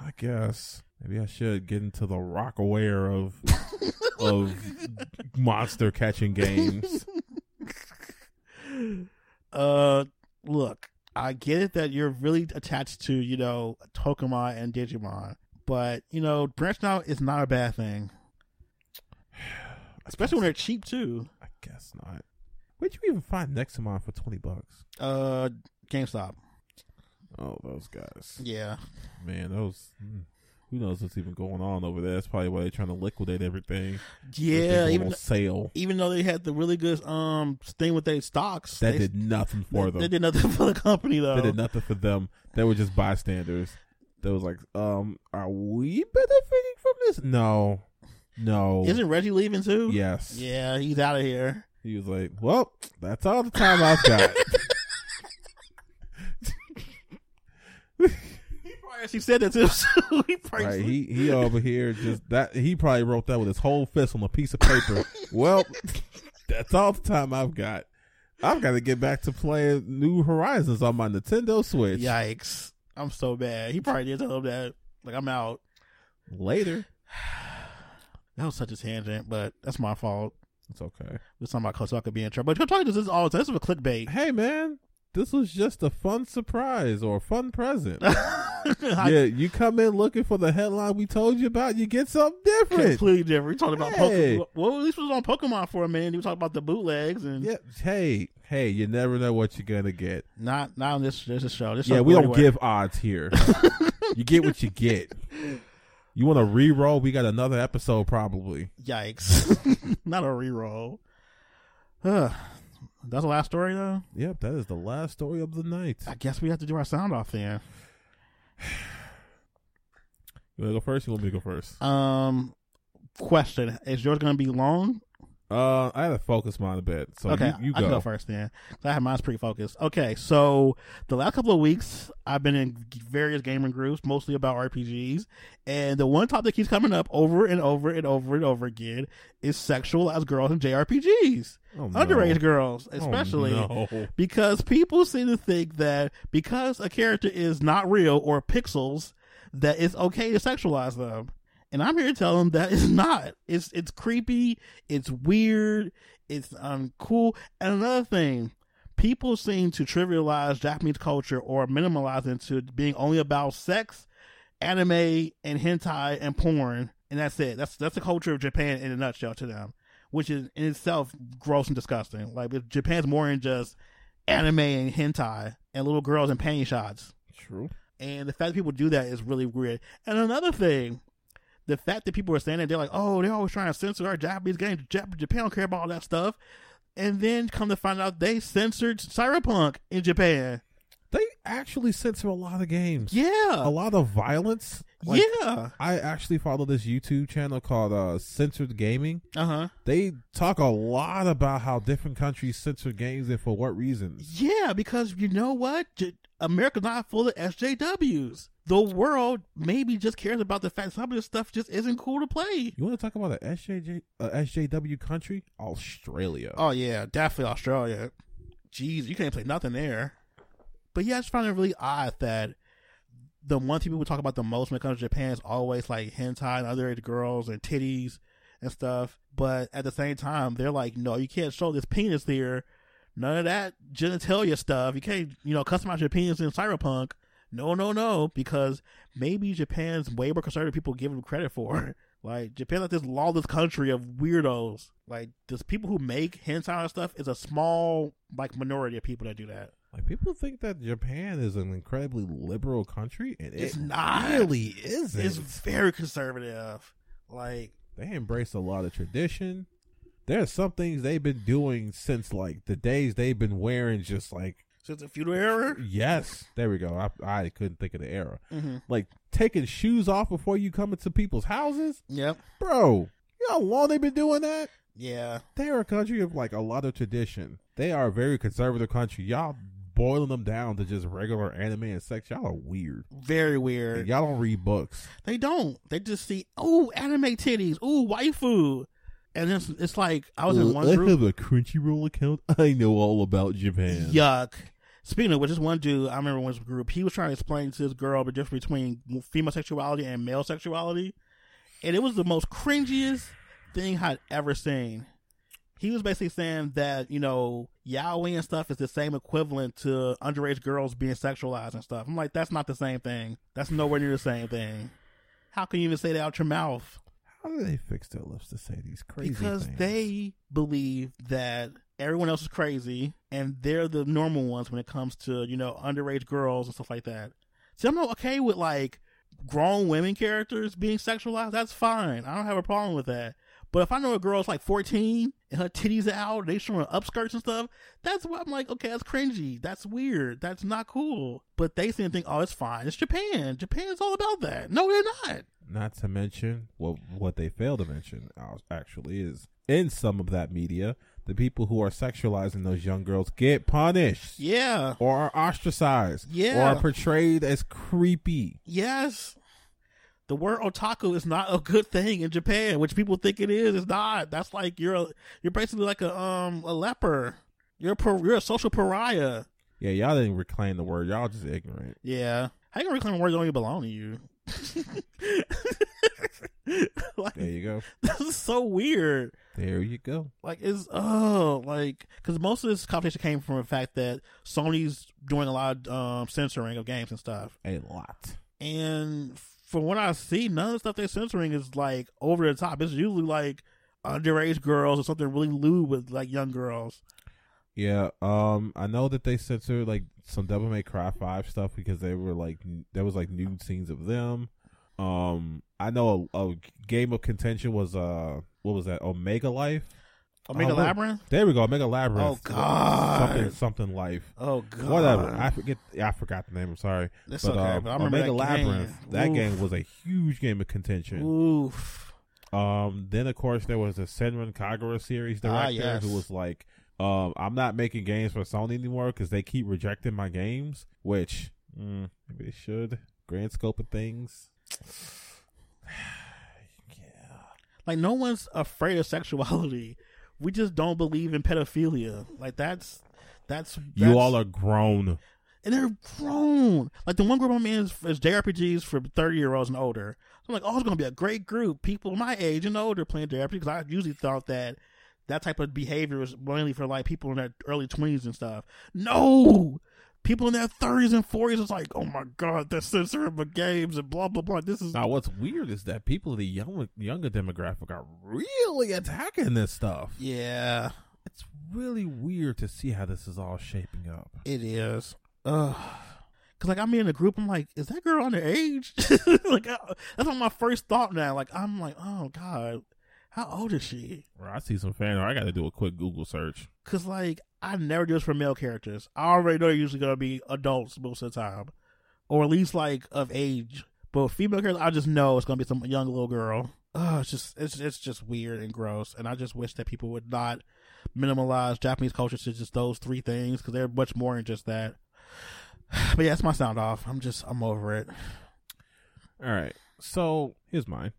Speaker 3: I guess maybe I should get into the rock aware of of monster catching games.
Speaker 4: Uh, look, I get it that you're really attached to you know Pokemon and Digimon, but you know branching out is not a bad thing, especially when they're cheap too.
Speaker 3: I guess not. Where'd you even find Nexamon for twenty bucks?
Speaker 4: Uh, GameStop.
Speaker 3: Oh, those guys,
Speaker 4: Yeah,
Speaker 3: man, those. mm, Who knows what's even going on over there? That's probably why they're trying to liquidate everything.
Speaker 4: yeah.
Speaker 3: Everything
Speaker 4: Even
Speaker 3: on sale
Speaker 4: even though they had the really good um thing with their stocks,
Speaker 3: that
Speaker 4: they,
Speaker 3: did nothing for
Speaker 4: they,
Speaker 3: them.
Speaker 4: they did nothing for the company though.
Speaker 3: They did nothing for them. They were just bystanders. They was like, um, are we benefiting from this? No, no.
Speaker 4: Isn't Reggie leaving too?
Speaker 3: yes.
Speaker 4: Yeah, he's out of here.
Speaker 3: He was like, well, that's all the time I've got.
Speaker 4: He probably actually said that to himself. he probably
Speaker 3: right? He he over here just that he probably wrote that with his whole fist on a piece of paper. well, that's all the time I've got. I've got to get back to playing New Horizons on my Nintendo Switch
Speaker 4: Yikes. I'm so bad. He probably did tell him that. Like, I'm out.
Speaker 3: later.
Speaker 4: That was such a tangent, but that's my fault.
Speaker 3: It's okay.
Speaker 4: We're talking about Kosaka being in trouble. But Kosaka does this all the time. This is a clickbait.
Speaker 3: Hey man, this was just a fun surprise or a fun present.
Speaker 4: I-
Speaker 3: yeah, you come in looking for the headline we told you about, you get something different.
Speaker 4: Completely different. We talked about
Speaker 3: Hey.
Speaker 4: Pokemon. Well, at least we was on Pokemon for a minute. We talked about the bootlegs and
Speaker 3: Yeah. Hey, hey, you never know what you're gonna get.
Speaker 4: not not on this this show. This show
Speaker 3: Yeah, we
Speaker 4: go
Speaker 3: don't
Speaker 4: anywhere.
Speaker 3: give odds here. you get what you get. You want to re-roll? We got another episode probably.
Speaker 4: Yikes! not a reroll. Ugh. That's the last story though.
Speaker 3: Yep, that is the last story of the night.
Speaker 4: I guess we have to do our sound off then.
Speaker 3: You want to go first? You want me to go first?
Speaker 4: Um, question: Is yours going to be long?
Speaker 3: Uh, I had to focus mine a bit, so
Speaker 4: okay,
Speaker 3: Oh, you, you
Speaker 4: I
Speaker 3: go.
Speaker 4: can go first then. 'cause I have mine's pretty focused. Okay, so the last couple of weeks I've been in various gaming groups, mostly about RPGs, and the one topic that keeps coming up over and over and over and over again is sexualized girls in JRPGs,
Speaker 3: Oh, no.
Speaker 4: underage girls
Speaker 3: Oh,
Speaker 4: especially.
Speaker 3: no.
Speaker 4: because people seem to think that because a character is not real or pixels, that it's okay to sexualize them. And I'm here to tell them that it's not. It's it's creepy. It's weird. It's uncool. And another thing, people seem to trivialize Japanese culture or minimalize it to being only about sex, anime, and hentai and porn, and that's it. That's that's the culture of Japan in a nutshell to them, which is in itself gross and disgusting. Like if Japan's more than just anime and hentai and little girls and panty shots.
Speaker 3: True.
Speaker 4: And the fact that people do that is really weird. And another thing, the fact that people are saying that they're like, oh, they're always trying to censor our Japanese games. Jap- Japan don't care about all that stuff. And then come to find out they censored Cyberpunk in Japan.
Speaker 3: They actually censor a lot of games.
Speaker 4: Yeah.
Speaker 3: A lot of violence. Oh, Like,
Speaker 4: yeah.
Speaker 3: I actually follow this YouTube channel called uh, Censored Gaming.
Speaker 4: Uh huh.
Speaker 3: They talk a lot about how different countries censor games and for what reasons.
Speaker 4: Yeah, because you know what? J- America's not full of SJWs. The world maybe just cares about the fact some of this stuff just isn't cool to play.
Speaker 3: You want to talk about a SJJ, a SJW country? Australia.
Speaker 4: Oh yeah, definitely Australia. Jeez, you can't play nothing there. But yeah, I just find it really odd that the one thing people talk about the most when it comes to Japan is always like hentai and underage girls and titties and stuff. But at the same time, they're like, no, you can't show this penis there. None of that genitalia stuff. You can't, you know, customize your penis in cyberpunk. No, no, no, because maybe Japan's way more conservative people give them credit for. Like Japan, like this lawless country of weirdos. Like, this people who make hentai and stuff is a small like minority of people that do that.
Speaker 3: Like people think that Japan is an incredibly liberal country, and
Speaker 4: It's
Speaker 3: it
Speaker 4: not.
Speaker 3: really isn't.
Speaker 4: It's very conservative. Like,
Speaker 3: they embrace a lot of tradition. There are some things they've been doing since like the days they've been wearing just like
Speaker 4: since the feudal era.
Speaker 3: yes, there we go. I I couldn't think of the era.
Speaker 4: Mm-hmm.
Speaker 3: Like taking shoes off before you come into people's houses,
Speaker 4: Yep.
Speaker 3: bro. You know how long they've been doing that?
Speaker 4: Yeah.
Speaker 3: They are a country of like a lot of tradition. They are a very conservative country. Y'all boiling them down to just regular anime and sex. Y'all are weird.
Speaker 4: Very weird.
Speaker 3: And y'all don't read books.
Speaker 4: They don't. They just see oh anime titties, ooh waifu, and it's it's like I was in one group.
Speaker 3: a Crunchyroll account. I know all about Japan.
Speaker 4: Yuck. Speaking of which, this one dude I remember was in a group. He was trying to explain to this girl the difference between female sexuality and male sexuality, and it was the most cringiest thing I'd ever seen. He was basically saying that you know yaoi and stuff is the same equivalent to underage girls being sexualized and stuff. I'm like, that's not the same thing. That's nowhere near the same thing. How can you even say that out your mouth?
Speaker 3: How do they fix their lips to say these crazy
Speaker 4: because
Speaker 3: things?
Speaker 4: they believe that everyone else is crazy and they're the normal ones when it comes to you know underage girls and stuff like that see i'm not okay with like grown women characters being sexualized that's fine i don't have a problem with that but if i know a girl's like 14 and her titties are out they showing upskirts and stuff that's why i'm like okay that's cringy that's weird that's not cool but they seem to think oh it's fine it's japan japan's all about that no they're not
Speaker 3: Not to mention, well, what they fail to mention uh, actually is in some of that media, the people who are sexualizing those young girls get punished
Speaker 4: yeah
Speaker 3: or are ostracized or
Speaker 4: Yeah.
Speaker 3: are portrayed as creepy.
Speaker 4: Yes. The word otaku is not a good thing in Japan, which people think it is. It's not. That's like you're a, you're basically like a um a leper. You're a par- you're a social pariah.
Speaker 3: Yeah, y'all didn't reclaim the word. Y'all just ignorant.
Speaker 4: Yeah. How you gonna reclaim words that don't even belong to you? like
Speaker 3: There you go.
Speaker 4: this is so weird.
Speaker 3: There you go.
Speaker 4: Like it's oh like because most of this competition came from the fact that Sony's doing a lot of um, censoring of games and stuff.
Speaker 3: A lot.
Speaker 4: and from what I see, none of the stuff they're censoring is like over the top. It's usually like underage girls or something really lewd with like young girls.
Speaker 3: Yeah, um, I know that they censored like some Devil May Cry Five stuff because they were like n- there was like nude scenes of them. Um, I know a, a game of contention was uh, what was that? Omega Life.
Speaker 4: Omega
Speaker 3: Oh, wait.
Speaker 4: Labyrinth.
Speaker 3: There we go, Omega Labyrinth.
Speaker 4: Oh god.
Speaker 3: something something life.
Speaker 4: Oh god.
Speaker 3: Whatever. I forget. yeah, I forgot the name. I'm sorry. um,
Speaker 4: That's okay, but I remember
Speaker 3: Omega
Speaker 4: that game.
Speaker 3: Labyrinth. That
Speaker 4: Oof.
Speaker 3: game was a huge game of contention.
Speaker 4: Oof.
Speaker 3: Um, then of course there was a Senran Kagura series director
Speaker 4: Ah, yes.
Speaker 3: who was like, um, "I'm not making games for Sony anymore because they keep rejecting my games." Which mm, maybe they should. Grand scope of things.
Speaker 4: Like no one's afraid of sexuality. We just don't believe in pedophilia. Like that's that's, that's
Speaker 3: you all are grown.
Speaker 4: and they're grown. Like the one group I'm in is, is JRPGs for thirty year olds and older. I'm like, oh, it's gonna be a great group. People my age and older playing JRPGs. Because I usually thought that that type of behavior was mainly for like people in their early twenties and stuff. No, people in their thirties and forties is like, oh my god, they're censoring my games and blah blah blah. This is
Speaker 3: Now, what's weird is that people of the young, younger demographic are really attacking this stuff.
Speaker 4: yeah,
Speaker 3: It's really weird to see how this is all shaping up.
Speaker 4: it is. Ugh. Cause like I'm in a group, I'm like, is that girl underage? like I- that's not my first thought now. Like I'm like, oh god, how old is she?
Speaker 3: Bro, I see some fan art. I got to do a quick Google search.
Speaker 4: Cause like I never do this for male characters. I already know they're usually gonna be adults most of the time, or at least like of age. But with female characters, I just know it's gonna be some young little girl. Ugh, it's just it's it's just weird and gross. And I just wish that people would not minimalize Japanese culture to just those three things because they're much more than just that. But yeah, that's my sound off. I'm just I'm over it.
Speaker 3: All right. So here's mine.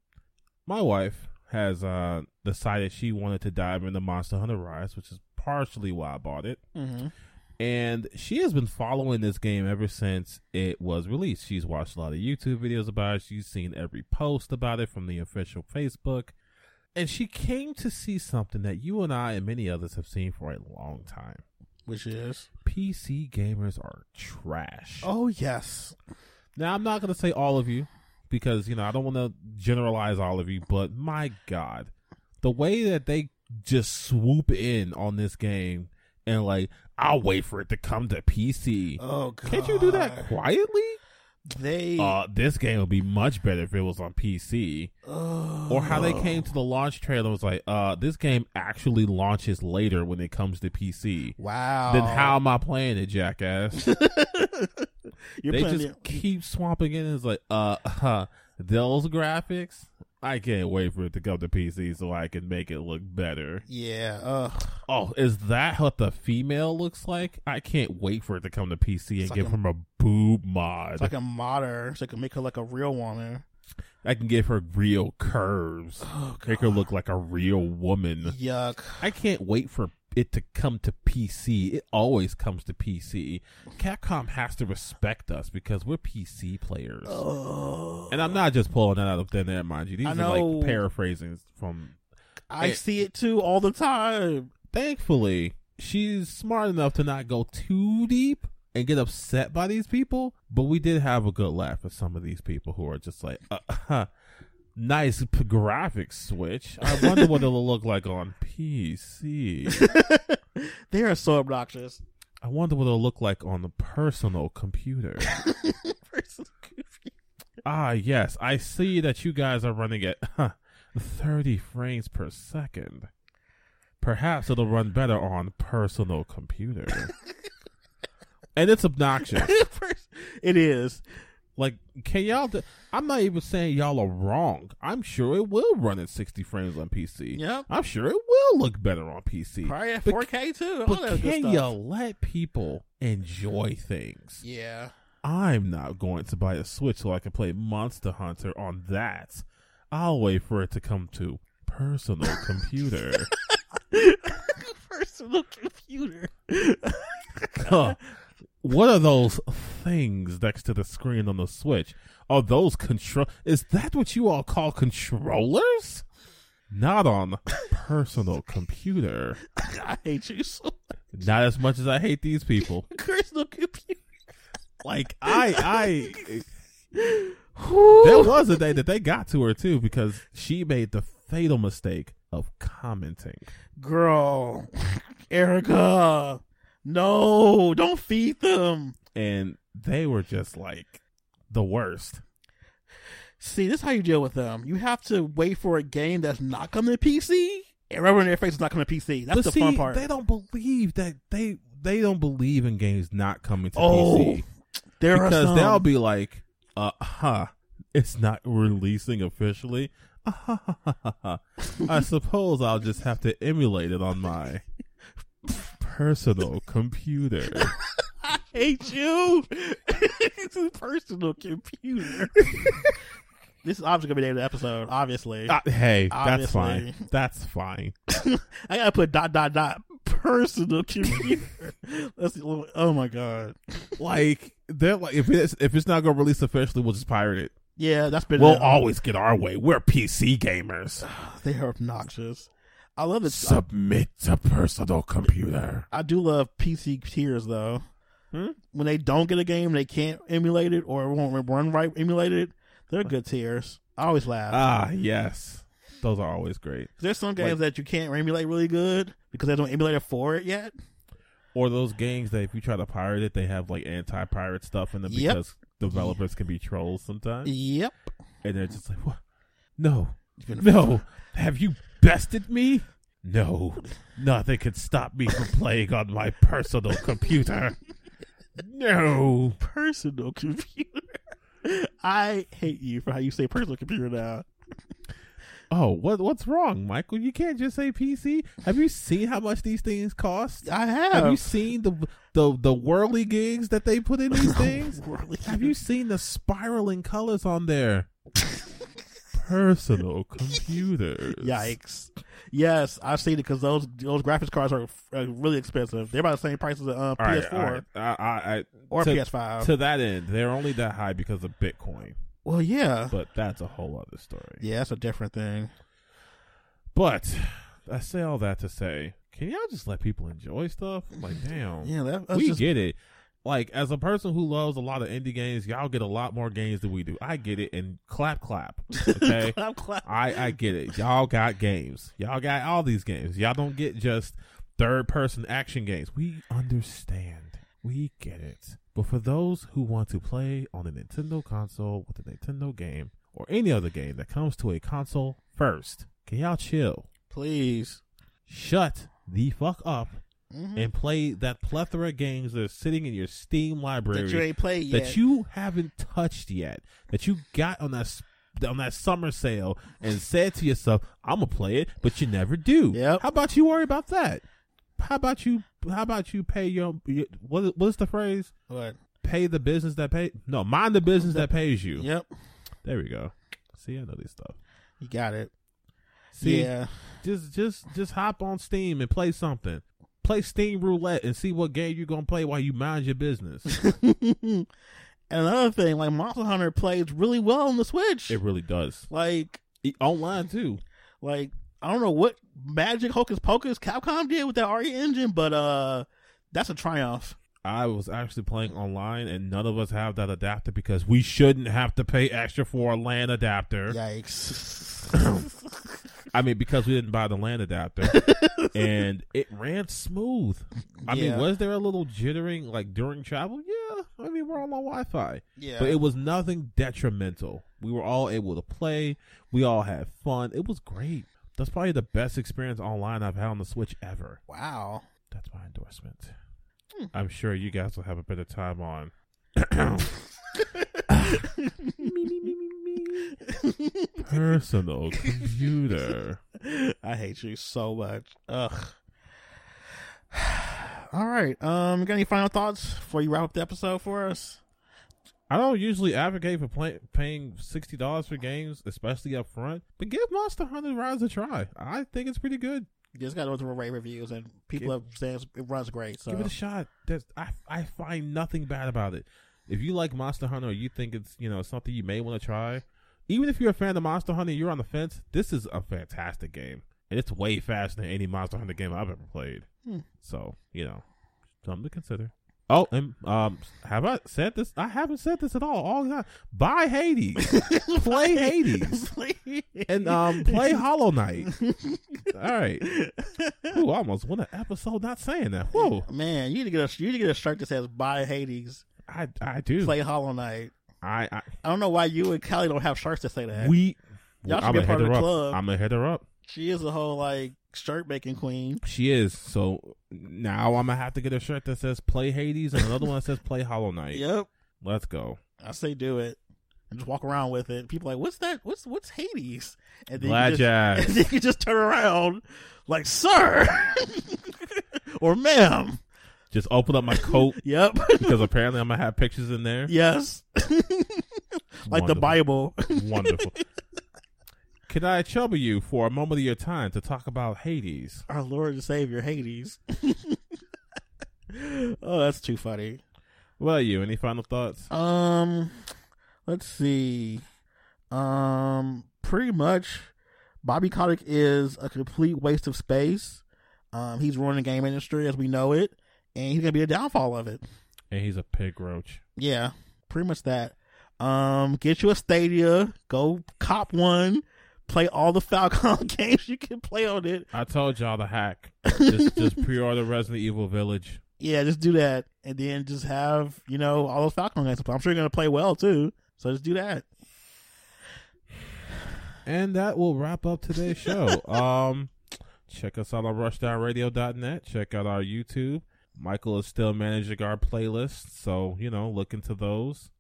Speaker 3: My wife has uh, decided she wanted to dive into Monster Hunter Rise, which is partially why I bought it.
Speaker 4: Mm-hmm.
Speaker 3: And she has been following this game ever since it was released. She's watched a lot of YouTube videos about it. She's seen every post about it from the official Facebook. And she came to see something that you and I and many others have seen for a long time.
Speaker 4: Which is
Speaker 3: PC gamers are trash.
Speaker 4: oh yes,
Speaker 3: Now I'm not gonna say all of you because you know I don't want to generalize all of you, but my God, the way that they just swoop in on this game and like I'll wait for it to come to PC.
Speaker 4: oh god.
Speaker 3: Can't you do that quietly?
Speaker 4: They
Speaker 3: Uh, this game would be much better if it was on PC. Or how they came to the launch trailer was like, uh, this game actually launches later when it comes to PC.
Speaker 4: wow.
Speaker 3: Then how am I playing it, jackass?
Speaker 4: You're
Speaker 3: they
Speaker 4: playing
Speaker 3: just
Speaker 4: it-
Speaker 3: keep swamping it. And it's like, uh, huh, those graphics. I can't wait for it to come to PC so I can make it look better.
Speaker 4: Yeah. uh, Ugh.
Speaker 3: Oh, is that what the female looks like? I can't wait for it to come to PC and
Speaker 4: like
Speaker 3: give
Speaker 4: a-
Speaker 3: her a boob mod.
Speaker 4: It's like a modder, so it can make her like a real woman.
Speaker 3: I can give her real curves.
Speaker 4: Oh,
Speaker 3: Make her look like a real woman.
Speaker 4: Yuck.
Speaker 3: I can't wait for it to come to PC. It always comes to PC. Capcom has to respect us because we're PC players.
Speaker 4: Ugh.
Speaker 3: And I'm not just pulling that out of thin air, mind you. These
Speaker 4: I
Speaker 3: are
Speaker 4: know.
Speaker 3: like paraphrasing from.
Speaker 4: I
Speaker 3: It-
Speaker 4: see it too all the time.
Speaker 3: Thankfully, she's smart enough to not go too deep and get upset by these people. But we did have a good laugh at some of these people who are just like, uh, huh, nice p- graphic switch. I wonder what it'll look like on PC.
Speaker 4: They are so obnoxious.
Speaker 3: I wonder what it'll look like on the personal computer.
Speaker 4: Person goofy.
Speaker 3: ah, yes, I see that you guys are running at huh, 30 frames per second. Perhaps it'll run better on personal computer. and it's obnoxious.
Speaker 4: Person- it is.
Speaker 3: Like, can y'all? d I'm not even saying y'all are wrong. I'm sure it will run at 60 frames on PC.
Speaker 4: Yep.
Speaker 3: I'm sure it will look better on PC.
Speaker 4: Probably at
Speaker 3: But-
Speaker 4: 4K too. All
Speaker 3: But
Speaker 4: that good
Speaker 3: can
Speaker 4: stuff.
Speaker 3: y'all let people enjoy things?
Speaker 4: Yeah.
Speaker 3: I'm not going to buy a Switch so I can play Monster Hunter on that. I'll wait for it to come to personal computer.
Speaker 4: Personal computer.
Speaker 3: Huh. What are those things next to the screen on the Switch? Are those control? Is that what you all call controllers? Not on personal computer.
Speaker 4: I hate you so much.
Speaker 3: Not as much as I hate these people.
Speaker 4: Personal computer.
Speaker 3: Like I, I. there
Speaker 4: Whew.
Speaker 3: was a day that they got to her too because she made the fatal mistake of commenting.
Speaker 4: Girl. Erica. No, don't feed them.
Speaker 3: And they were just like the worst.
Speaker 4: See, this is how you deal with them. You have to wait for a game that's not coming to PC, and rubber in their face is not coming to PC. That's
Speaker 3: But
Speaker 4: the
Speaker 3: see,
Speaker 4: fun part.
Speaker 3: They don't believe that they they don't believe in games not coming to
Speaker 4: Oh,
Speaker 3: PC.
Speaker 4: there are
Speaker 3: Because
Speaker 4: some.
Speaker 3: they'll be like, uh huh, it's not "Uh-huh, releasing officially. Uh-huh. I suppose I'll just have to emulate it on my personal computer.
Speaker 4: hate you. it's a personal computer. this is obviously gonna be the name of the episode. Obviously,
Speaker 3: Uh, hey, that's
Speaker 4: Obviously.
Speaker 3: fine. That's fine.
Speaker 4: I gotta put dot dot dot personal computer. That's the only- oh my god.
Speaker 3: Like they're like if it's if it's not gonna release officially, we'll just pirate it.
Speaker 4: Yeah, that's been.
Speaker 3: We'll always get our way. We're PC gamers.
Speaker 4: They are obnoxious. I love it.
Speaker 3: Submit to personal computer.
Speaker 4: I do love PC tiers though.
Speaker 3: Hmm?
Speaker 4: When they don't get a game, they can't emulate it or it won't run right emulated. They're good tiers. I always laugh.
Speaker 3: Ah, yes. Those are always great.
Speaker 4: There's some games
Speaker 3: Like-
Speaker 4: that you can't emulate really good because they don't emulate it for it yet.
Speaker 3: Or those games that if you try to pirate it, they have like anti pirate stuff in them
Speaker 4: Yep.
Speaker 3: because developers can be trolls sometimes.
Speaker 4: Yep.
Speaker 3: And they're just like, what? No.
Speaker 4: You're gonna-
Speaker 3: No. Have you bested me? No. Nothing can stop me from playing on my personal computer. No.
Speaker 4: Personal computer. I hate you for how you say personal computer now.
Speaker 3: Oh, what what's wrong, Michael? You can't just say PC. Have you seen how much these things cost?
Speaker 4: I
Speaker 3: Have you
Speaker 4: have.
Speaker 3: seen the the the whirly gigs that they put in these things?
Speaker 4: Whirly
Speaker 3: Have you seen the spiraling colors on there? Personal computers.
Speaker 4: Yikes! Yes, I've seen it because those those graphics cards are uh, really expensive. They're about the same price as a uh,
Speaker 3: All right,
Speaker 4: PS4
Speaker 3: all right. I, I, I,
Speaker 4: or
Speaker 3: to,
Speaker 4: PS5.
Speaker 3: To that end, they're only that high because of Bitcoin,
Speaker 4: well, yeah,
Speaker 3: but that's a whole other story.
Speaker 4: yeah, that's a different thing.
Speaker 3: But I say all that to say, can y'all just let people enjoy stuff? Like, damn.
Speaker 4: Yeah, that,
Speaker 3: Oh.
Speaker 4: that's
Speaker 3: we
Speaker 4: just
Speaker 3: get it. Like as a person who loves a lot of indie games, y'all get a lot more games than we do. I get it, and clap, clap. Okay,
Speaker 4: Clap, clap.
Speaker 3: I I get it. Y'all got games. Y'all got all these games. Y'all don't get just third person action games. We understand. We get it. But for those who want to play on a Nintendo console with a Nintendo game or any other game that comes to a console first, can y'all chill?
Speaker 4: please.
Speaker 3: Shut the fuck up
Speaker 4: Mhm.
Speaker 3: and play that plethora of games that are sitting in your Steam library
Speaker 4: That you ain't played yet.
Speaker 3: that you haven't touched yet, that you got on that s- on that summer sale and said to yourself, "I'm gonna play it," but you never do.
Speaker 4: Yep.
Speaker 3: How about you worry about that? How about you? How about you pay your, your what? What's the phrase?
Speaker 4: What?
Speaker 3: Pay the business that pay. No, mind the business that pays you.
Speaker 4: Yep,
Speaker 3: There we go. See, I know this stuff.
Speaker 4: you got it.
Speaker 3: See,
Speaker 4: yeah,
Speaker 3: just just just hop on Steam and play something. Play Steam Roulette and see what game you're gonna play while you mind your business.
Speaker 4: and another thing, like Monster Hunter plays really well on the Switch.
Speaker 3: it really does.
Speaker 4: like,
Speaker 3: E- Online too.
Speaker 4: like I don't know what magic hocus pocus Capcom did with that RE engine, but uh, that's a triumph.
Speaker 3: I was actually playing online, and none of us have that adapter because we shouldn't have to pay extra for a LAN adapter.
Speaker 4: Yikes!
Speaker 3: I mean, because we didn't buy the LAN adapter, and it ran smooth. I
Speaker 4: Yeah.
Speaker 3: mean, was there a little jittering like during travel? Yeah, I mean, we're all on Wi-Fi,
Speaker 4: yeah,
Speaker 3: but it was nothing detrimental. We were all able to play. We all had fun. It was great. That's probably the best experience online I've had on the Switch ever.
Speaker 4: wow.
Speaker 3: That's my endorsement. I'm sure you guys will have a better time on. Personal computer.
Speaker 4: I hate you so much. Ugh. All right. Um, got any final thoughts before you wrap up the episode for us?
Speaker 3: I don't usually advocate for play- paying sixty dollars for games, especially up front. But give Monster Hunter Rise a try. I think it's pretty good.
Speaker 4: Just got those rave reviews, and people have saying it's- it runs great. So
Speaker 3: Give it a shot. There's, I I find nothing bad about it. If you like Monster Hunter, or you think it's you know something you may want to try, even if you're a fan of Monster Hunter, and you're on the fence. This is a fantastic game, and it's way faster than any Monster Hunter game I've ever played.
Speaker 4: Hmm.
Speaker 3: So you know, something to consider. Oh, and um, have I said this? I haven't said this at all. All the time. Buy Hades, play Hades, and um, play Hollow Knight. All right. Ooh, I almost won an episode not saying that. Whoa,
Speaker 4: man, you need to get a you need to get a shirt that says "Buy Hades,
Speaker 3: I I do.
Speaker 4: play Hollow Knight."
Speaker 3: I, I
Speaker 4: I don't know why you and Callie don't have shirts that say that.
Speaker 3: we
Speaker 4: Y'all should
Speaker 3: I'm
Speaker 4: be a
Speaker 3: gonna
Speaker 4: part
Speaker 3: hit her
Speaker 4: of the
Speaker 3: up.
Speaker 4: club.
Speaker 3: I'm gonna hit her up.
Speaker 4: she is a whole like shirt making queen.
Speaker 3: She is. So now I'm gonna have to get a shirt that says "Play Hades" and another one that says "Play Hollow Knight."
Speaker 4: Yep,
Speaker 3: Let's go.
Speaker 4: I say do it. and just walk around with it. People are like, what's that? What's what's Hades? And
Speaker 3: Glad
Speaker 4: you,
Speaker 3: jazz.
Speaker 4: just, and then you just turn around like, sir or ma'am.
Speaker 3: Just open up my coat
Speaker 4: Yep.
Speaker 3: because apparently I'm gonna have pictures in there.
Speaker 4: yes. like the
Speaker 3: Wonderful.
Speaker 4: Bible.
Speaker 3: Wonderful. Can I trouble you for a moment of your time to talk about Hades?
Speaker 4: Our Lord and Savior, Hades. oh, that's too funny.
Speaker 3: What are you? Any final thoughts?
Speaker 4: Um, let's see. Um, pretty much, Bobby Kotick is a complete waste of space. Um, he's ruining the game industry as we know it, and he's gonna be a downfall of it.
Speaker 3: And he's a pig roach.
Speaker 4: Yeah, pretty much that. Um, get you a Stadia, go cop one, play all the Falcon games you can play on it.
Speaker 3: I told y'all the hack. Just, just pre-order Resident Evil Village.
Speaker 4: Yeah, just do that, and then just have you know all those Falcon games. to play. I'm sure you're gonna play well too, so just do that.
Speaker 3: And that will wrap up today's show. um, check us out on rushdownradio.net. Check out our YouTube. Michael is still managing our playlist, so you know, look into those.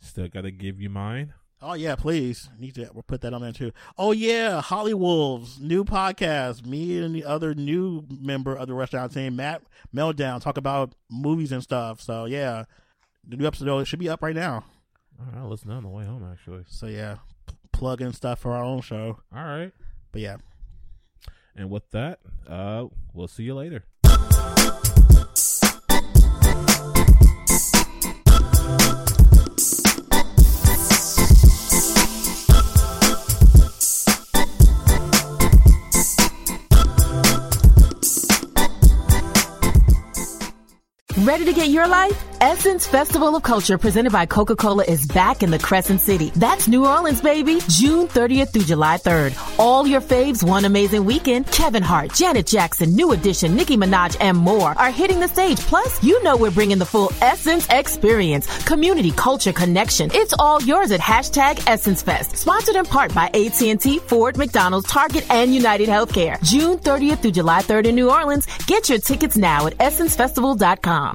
Speaker 3: Still got to give you mine.
Speaker 4: Oh yeah, please. Need to we'll put that on there too. Oh yeah, Holly Wolves, new podcast. Me and the other new member of the restaurant team, Matt Meltdown, talk about movies and stuff. So yeah. The new episode should be up right now.
Speaker 3: All right, listen on the way home, actually.
Speaker 4: So yeah. p- Plug in stuff for our own show.
Speaker 3: All right,
Speaker 4: But yeah.
Speaker 3: and with that, uh, we'll see you later.
Speaker 5: Ready to get your life? Essence Festival of Culture presented by Coca-Cola is back in the Crescent City. That's New Orleans, baby. June 30th through July 3rd. All your faves, one amazing weekend. Kevin Hart, Janet Jackson, New Edition, Nicki Minaj, and more are hitting the stage. Plus, you know we're bringing the full Essence experience. Community, culture, connection. It's all yours at hashtag Essence Fest. Sponsored in part by AT&T, Ford, McDonald's, Target, and United Healthcare. June 30th through July 3rd in New Orleans. Get your tickets now at essencefestival.com.